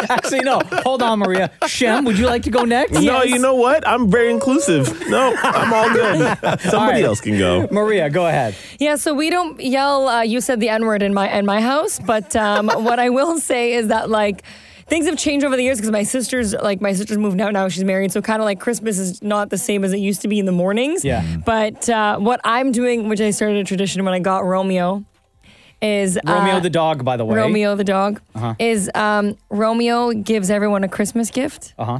this? Actually, no. Hold on, Maria. Shem, would you like to go next? No, you know what? I'm very inclusive. No, I'm all good. Somebody right. else can go. Maria, go ahead. Yeah, so we don't yell. Uh, you said the N word in my in my house, but um, what I will say is that like things have changed over the years because my sister's like my sister's moved out now. She's married, so kind of like Christmas is not the same as it used to be in the mornings. Yeah. But uh, what I'm doing, which I started a tradition when I got Romeo, is Romeo uh, the dog, by the way. Romeo the dog Uh-huh. is um, Romeo gives everyone a Christmas gift. Uh huh.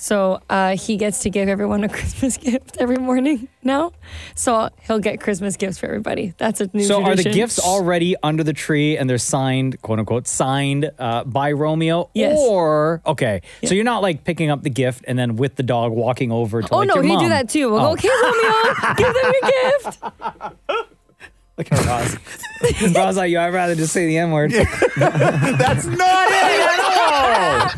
So uh, he gets to give everyone a Christmas gift every morning now. So he'll get Christmas gifts for everybody. That's a new So are the tradition. gifts already under the tree and they're signed, quote unquote, signed uh, by Romeo? Yes. Or okay, so you're not like picking up the gift and then with the dog walking over to Oh like no, your he mom. do that too. We'll go, Oh. okay, Romeo, give them your gift. Look at Roz. Roz like, yo, I'd rather just say the N word. That's not it at all.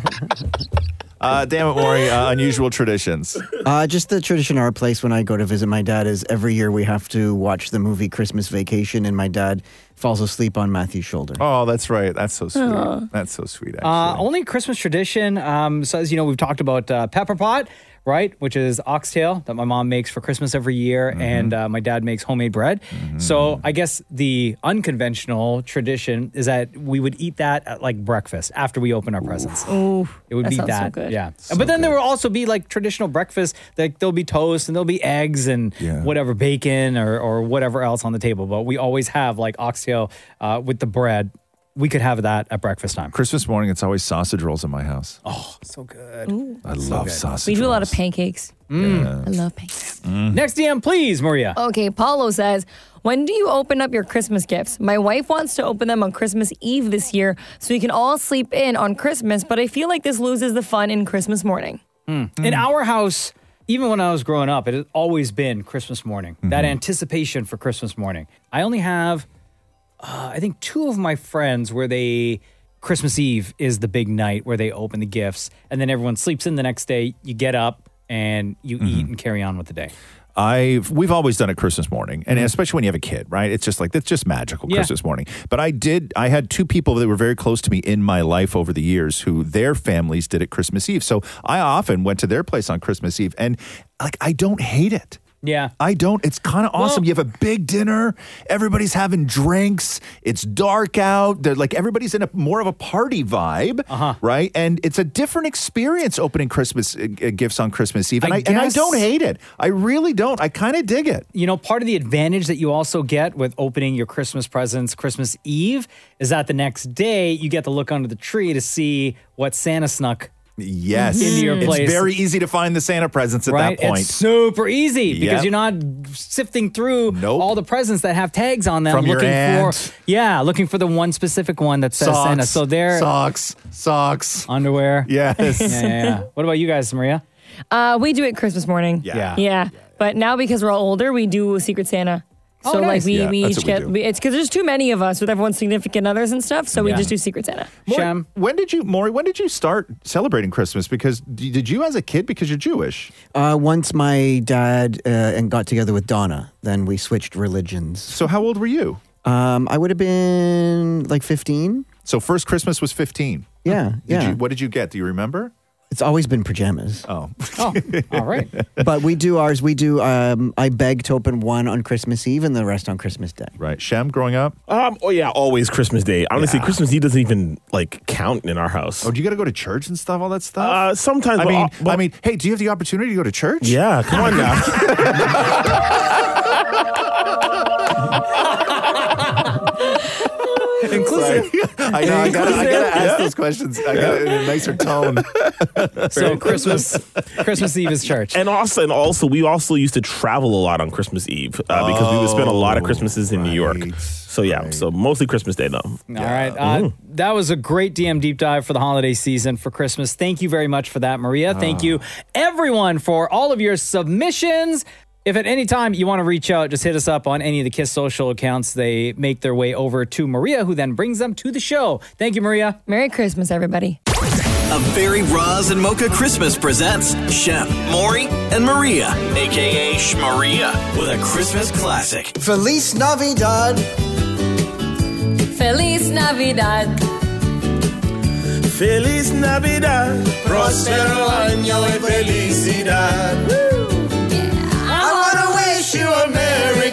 Uh, damn it, Maury. Uh, unusual traditions. Uh, just the tradition our place when I go to visit my dad is every year we have to watch the movie Christmas Vacation, and my dad falls asleep on Matthew's shoulder. Oh, that's right. That's so sweet. Aw. That's so sweet. Uh, only Christmas tradition. Um, so as you know, we've talked about uh, pepper pot, right? Which is oxtail that my mom makes for Christmas every year, Mm-hmm. and uh, my dad makes homemade bread. So I guess the unconventional tradition is that we would eat that at like breakfast after we open our presents. Ooh, It would that be sounds so that, good. yeah. but then there will also be like traditional breakfast. Like there'll be toast and there'll be eggs and whatever bacon or or whatever else on the table. But we always have like oxtail uh, with the bread. We could have that at breakfast time. Christmas morning, it's always sausage rolls in my house. Oh, so good. I love We sausage. do a lot of pancakes. Mm. I love pancakes. Next DM, please, Maria. Okay, Paulo says, when do you open up your Christmas gifts? My wife wants to open them on Christmas Eve this year, so we can all sleep in on Christmas. But I feel like this loses the fun in Christmas morning. In our house, even when I was growing up, it had always been Christmas morning. That anticipation for Christmas morning. I only have uh, I think two of my friends where they Christmas Eve is the big night where they open the gifts, and then everyone sleeps in the next day. You get up and you eat and carry on with the day. I've we've always done it Christmas morning, and especially when you have a kid, right? It's just like that's just magical Mm-hmm. Yeah. Christmas morning. But I did. I had two people that were very close to me in my life over the years who their families did it Christmas Eve. So I often went to their place on Christmas Eve, and like I don't hate it. Yeah, I don't. It's kind of awesome. you have a big dinner. Everybody's having drinks. It's dark out. They're like everybody's in a more of a party vibe, uh-huh. right? And it's a different experience opening Christmas uh, g- gifts on Christmas Eve, and I I, and I guess- don't hate it. I really don't. I kind of dig it. You know, part of the advantage that you also get with opening your Christmas presents Christmas Eve is that the next day you get to look under the tree to see what Santa snuck. Yes, into your place. it's very easy to find the Santa presents at right? that point. It's super easy Yep. because you're not sifting through all the presents that have tags on them From your looking aunt. for yeah, looking for the one specific one that says Socks, Santa. So there socks, socks, underwear. Yes. yeah, yeah, yeah. What about you guys, Maria? Uh, we do it Christmas morning. Yeah. Yeah. yeah. But now because we're all older, we do Secret Santa. Oh, So nice. like we, Yeah, we that's each what we get do. we, it's because there's too many of us with everyone's significant others and stuff. So we Yeah. just do Secret Santa. Maury, when did you, Maury? When did you start celebrating Christmas? Because d- did you as a kid? Because you're Jewish. Uh, once my dad uh, and got together with Donna, then we switched religions. So how old were you? Um, I would have been like 15. So first Christmas was 15. Yeah, Did yeah. You, what did you get? Do you remember? It's always been pajamas. Oh. Oh, all right. but we do ours. We do. Um, I beg to open one on Christmas Eve and the rest on Christmas Day. Right. Shem, growing up. Um. Oh yeah. Always Christmas Day. Honestly, Yeah. Christmas Eve doesn't even like count in our house. Oh, do you got to go to church and stuff? All that stuff. Uh, sometimes. I but- mean, but- I mean, hey, do you have the opportunity to go to church? Yeah, come on now. Inclusive. I know. I gotta, I gotta ask those questions. I gotta, in a nicer tone. So Christmas, Christmas Eve is church. And also, and also, we also used to travel a lot on Christmas Eve uh, because we would spend a lot of Oh, Christmases in New York. So yeah, so mostly Christmas Day though. All right. Uh, That was a great DM deep dive for the holiday season for Christmas. Thank you very much for that, Maria. Thank Ah. you, everyone, for all of your submissions. If at any time you want to reach out, just hit us up on any of the KISS social accounts. They make their way over to Maria, who then brings them to the show. Thank you, Maria. Merry Christmas, everybody. A Very Roz and Mocha Christmas presents Shem, Maury, and Maria, aka Shmaria, with a Christmas classic. Feliz Navidad. Feliz Navidad. Feliz Navidad, prospero año y felicidad. I wanna wish you a Merry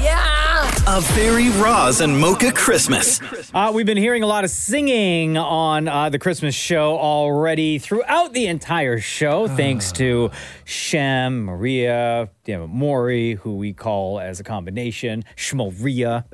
Yeah. A Very Roz and Mocha Christmas. Uh, we've been hearing a lot of singing on uh, the Christmas show already throughout the entire show, thanks to Shem, Maria, yeah, Maury, who we call as a combination, Shmoria.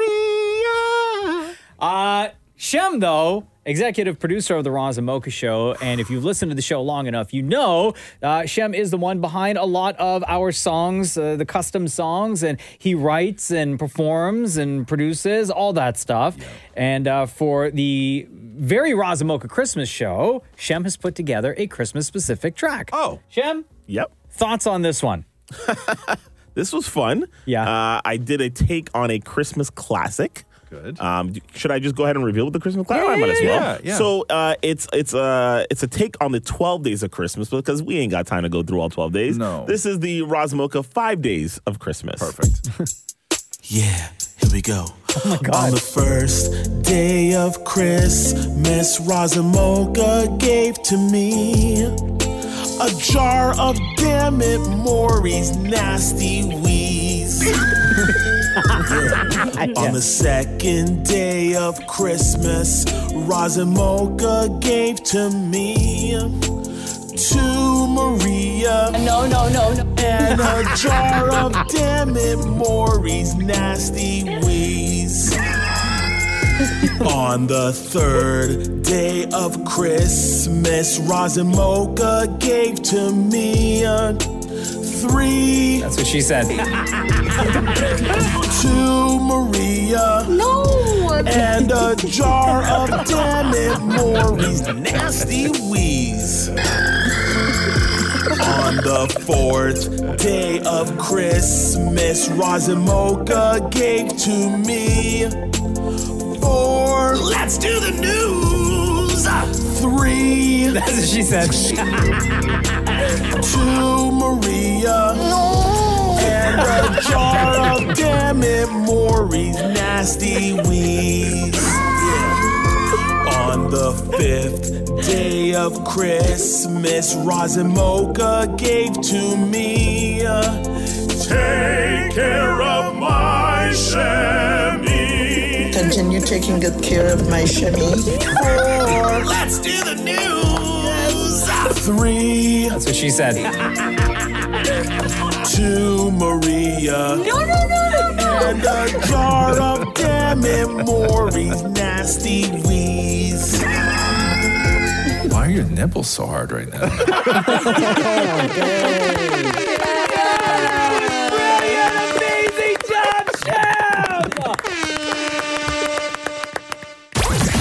Shmoria! Uh, Shem, though, executive producer of the Roz and Mocha Show, and if you've listened to the show long enough, you know uh, Shem is the one behind a lot of our songs, uh, the custom songs, and he writes and performs and produces all that stuff. And uh, for the very Roz and Mocha Christmas show, Shem has put together a Christmas-specific track. Oh, Shem. Yep. Thoughts on this one? This was fun. Yeah. Uh, I did a take on a Christmas classic. Good. Um, d- should I just go ahead and reveal what the Christmas classic? Yeah, I might yeah, as well. yeah, yeah. So uh, it's it's uh, it's a take on the twelve days of Christmas because we ain't got time to go through all twelve days. No. This is the Rosmoka five days of Christmas. Perfect. Yeah, here we go. On the first day of Christmas, Razamoka gave to me a jar of damn it Maury's nasty wheeze. Yeah. On the second day of Christmas, Razamoka gave to me to Maria. Uh, No, no, no, no. And a jar of damn it, Maury's nasty wheeze. On the third day of Christmas, Razamoka gave to me uh, three. That's what she said. to Maria. No. And a jar of nasty wheeze. On the fourth day of Christmas, Razimoka gave to me four. Let's do the news. Three. That's what she said. to Maria. And a jar of damn it, Maury's nasty wheeze. On the fifth day of Christmas, Razimoka gave to me. Take care of my chamois. Continue taking good care of my chamois. Let's do the news. Three. That's what she said. to No, Maria. no, no, no, no. And a jar of damn it, Maury's nasty wheeze. Why are your nipples so hard right now? Amazing job,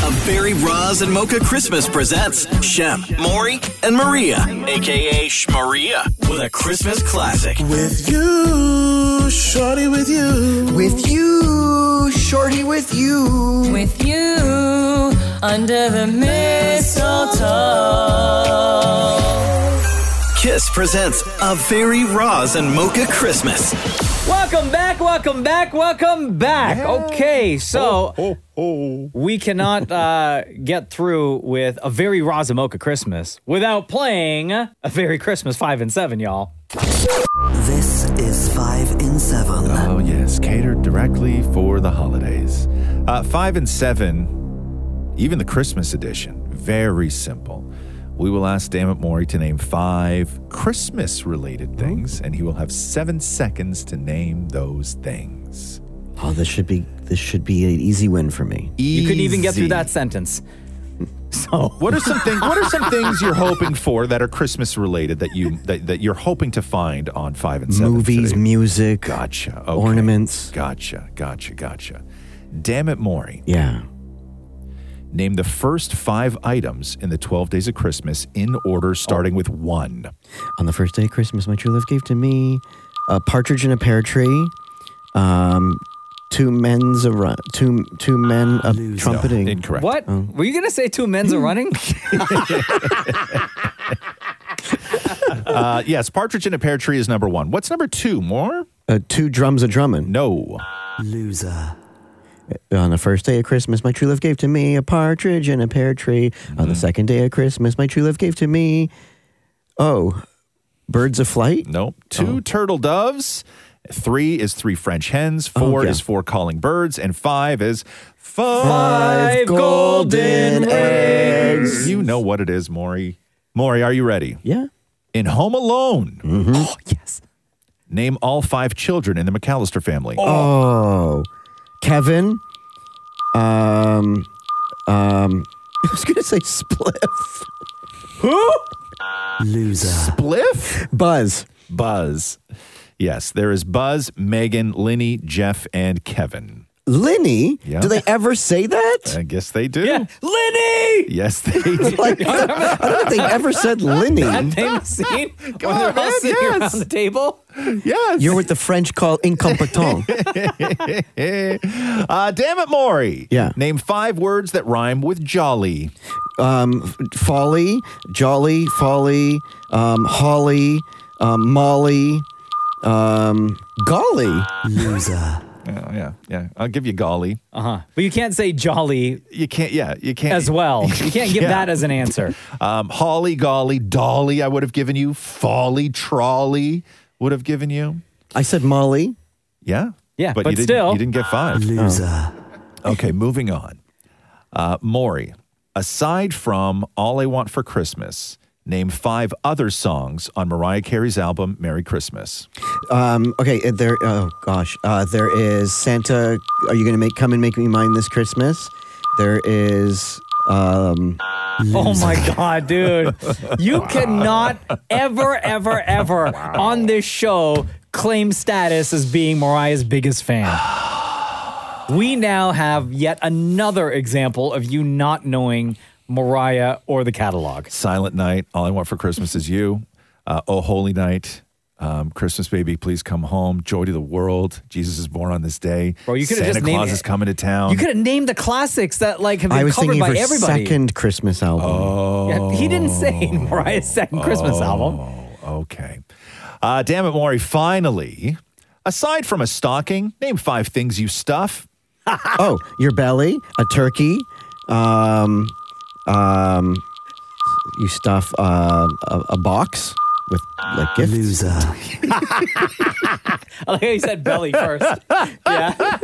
A Barry Roz and Mocha Christmas presents Shem, Maury, and Maria, aka Shmaria, with a Christmas classic. With you, shorty, with you. With you, shorty, with you. With you, under the mistletoe. Kiss presents a very Roz and Mocha Christmas. Welcome back, welcome back, welcome back. Okay, so we cannot uh, get through with a very Razamoka Christmas without playing a very Christmas five and seven, y'all. This is five in seven. Oh, yes, catered directly for the holidays. Uh, five and seven, even the Christmas edition, very simple. We will ask Dammit Maury to name five Christmas Hmm? related things, and he will have seven seconds to name those things. Oh, this should be this should be an easy win for me. You couldn't even get through Easy. that sentence. So What are some things what are some things you're hoping for that are Christmas related that you that, that you're hoping to find on five and seven? Movies, today? music, gotcha, ornaments. Gotcha, gotcha, gotcha. Damn it, Maury. Yeah. Name the first five items in the 12 days of Christmas in order, starting with one. On the first day of Christmas, my true love gave to me a partridge in a pear tree, um, two men's a run, two two men a trumpeting. incorrect. What? Oh. Were you going to say two men's are running? Uh, yes, Partridge in a Pear Tree is number one. What's number two, More? Uh, two drums a drumming. No. Loser. Uh, On the first day of Christmas, my true love gave to me a partridge in a pear tree. Mm-hmm. On the second day of Christmas, my true love gave to me, oh, birds of flight? Oh. Nope. Two turtle doves. Three is three French hens. Four yeah. is four calling birds. And five is five, Five golden eggs. You know what it is, Maury. Maury, are you ready? Yeah. Mm-hmm. In Home Alone. Oh, yes. Name all five children in the McAllister family. Oh, Kevin. Um, um, I was gonna say Spliff. Who? Loser. Spliff? Buzz. Buzz. Yes, there is Buzz, Megan, Lenny, Jeff, and Kevin. Lenny? Yeah. Do they ever say that? I guess they do. Lenny! Yes, they do. Like, I don't think they ever said Lenny. That same scene Come when on, they're all man, sitting yes. around the table. Yes. You're what the French call incompetent. uh, damn it, Maury. Yeah. Name five words that rhyme with jolly. um, f- folly, jolly, folly, um, holly, um, molly, um, golly. Loser. Yeah, Oh, yeah, yeah. I'll give you golly. Uh huh. But you can't say jolly. You can't. Yeah, you can't as well. You can't give Yeah. that as an answer. Um, holly, golly, dolly, I would have given you. Folly, trolley, would have given you. I said Molly. Yeah. Yeah, But, but you didn't, still. Ah, You didn't get five. Oh. Loser. Okay, moving on. Uh, Maury, aside from All I Want for Christmas, name five other songs on Mariah Carey's album, Merry Christmas. Um, okay, uh, there. Oh gosh, uh, there is Santa. Are you gonna make come and make me mine this Christmas? There is. Um, Oh my God, dude. You cannot ever, ever, ever on this show claim status as being Mariah's biggest fan. We now have yet another example of you not knowing Mariah, or the catalog. Silent Night, All I Want for Christmas Is You, uh, Oh Holy Night, um, Christmas Baby, Please Come Home, Joy to the World, Jesus is Born on This Day, Bro, you could've Santa just named Claus it. is Coming to Town. You could have named the classics that like have been I was covered thinking by for everybody. Second Christmas album. Oh. Yeah, he didn't say Mariah's second Christmas album. Okay. Uh, damn it, Maury. Finally, aside from a stocking, name five things you stuff. oh, your belly, a turkey, um, um, you stuff uh, a, a box with like gifts. Loser. I like how you said belly first. yeah.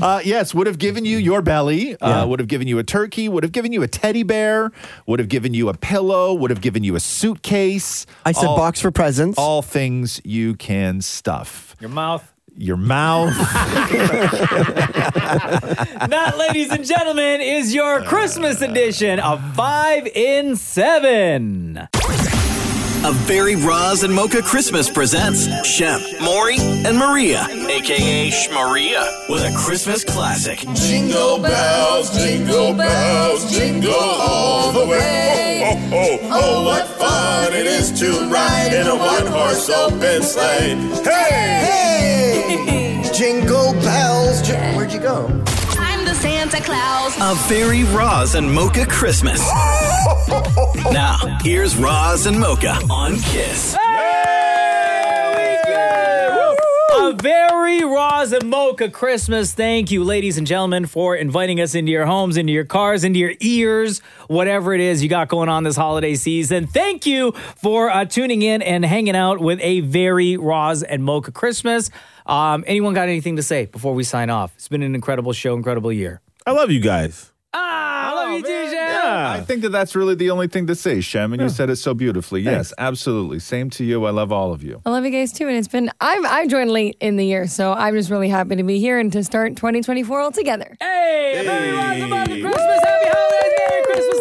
Uh, yes, would have given you your belly, uh, would have given you a turkey, would have given you a teddy bear, would have given you a pillow, would have given you a suitcase. I said box for presents. All things you can stuff. Your mouth. Your mouth. that, ladies and gentlemen, is your Christmas edition of Five in Seven. A Barry Roz and Mocha Christmas presents Shem, Maury, and Maria, aka Shmaria, with a Christmas classic. Jingle bells, jingle bells, jingle all the way. Oh, oh, oh, oh, what fun it is to ride in a one horse open sleigh. Hey! Hey! Jingle bells. Where'd you go? I'm the Santa Claus. A Barry Roz and Mocha Christmas. Now, here's Roz and Mocha on Kiss. A very Roz and Mocha Christmas. Thank you, ladies and gentlemen, for inviting us into your homes, into your cars, into your ears, whatever it is you got going on this holiday season. Thank you for uh, tuning in and hanging out with a very Roz and Mocha Christmas. Um, anyone got anything to say before we sign off? It's been an incredible show, incredible year. I love you guys. Ah, I love Oh, you, DJ. I think that that's really the only thing to say, Shem, and you said it so beautifully. Yes, absolutely. Same to you. I love all of you. I love you guys too, and it's been I've I joined late in the year, so I'm just really happy to be here and to start 2024 all together. Hey, Merry Christmas, Happy Holidays, Merry Christmas.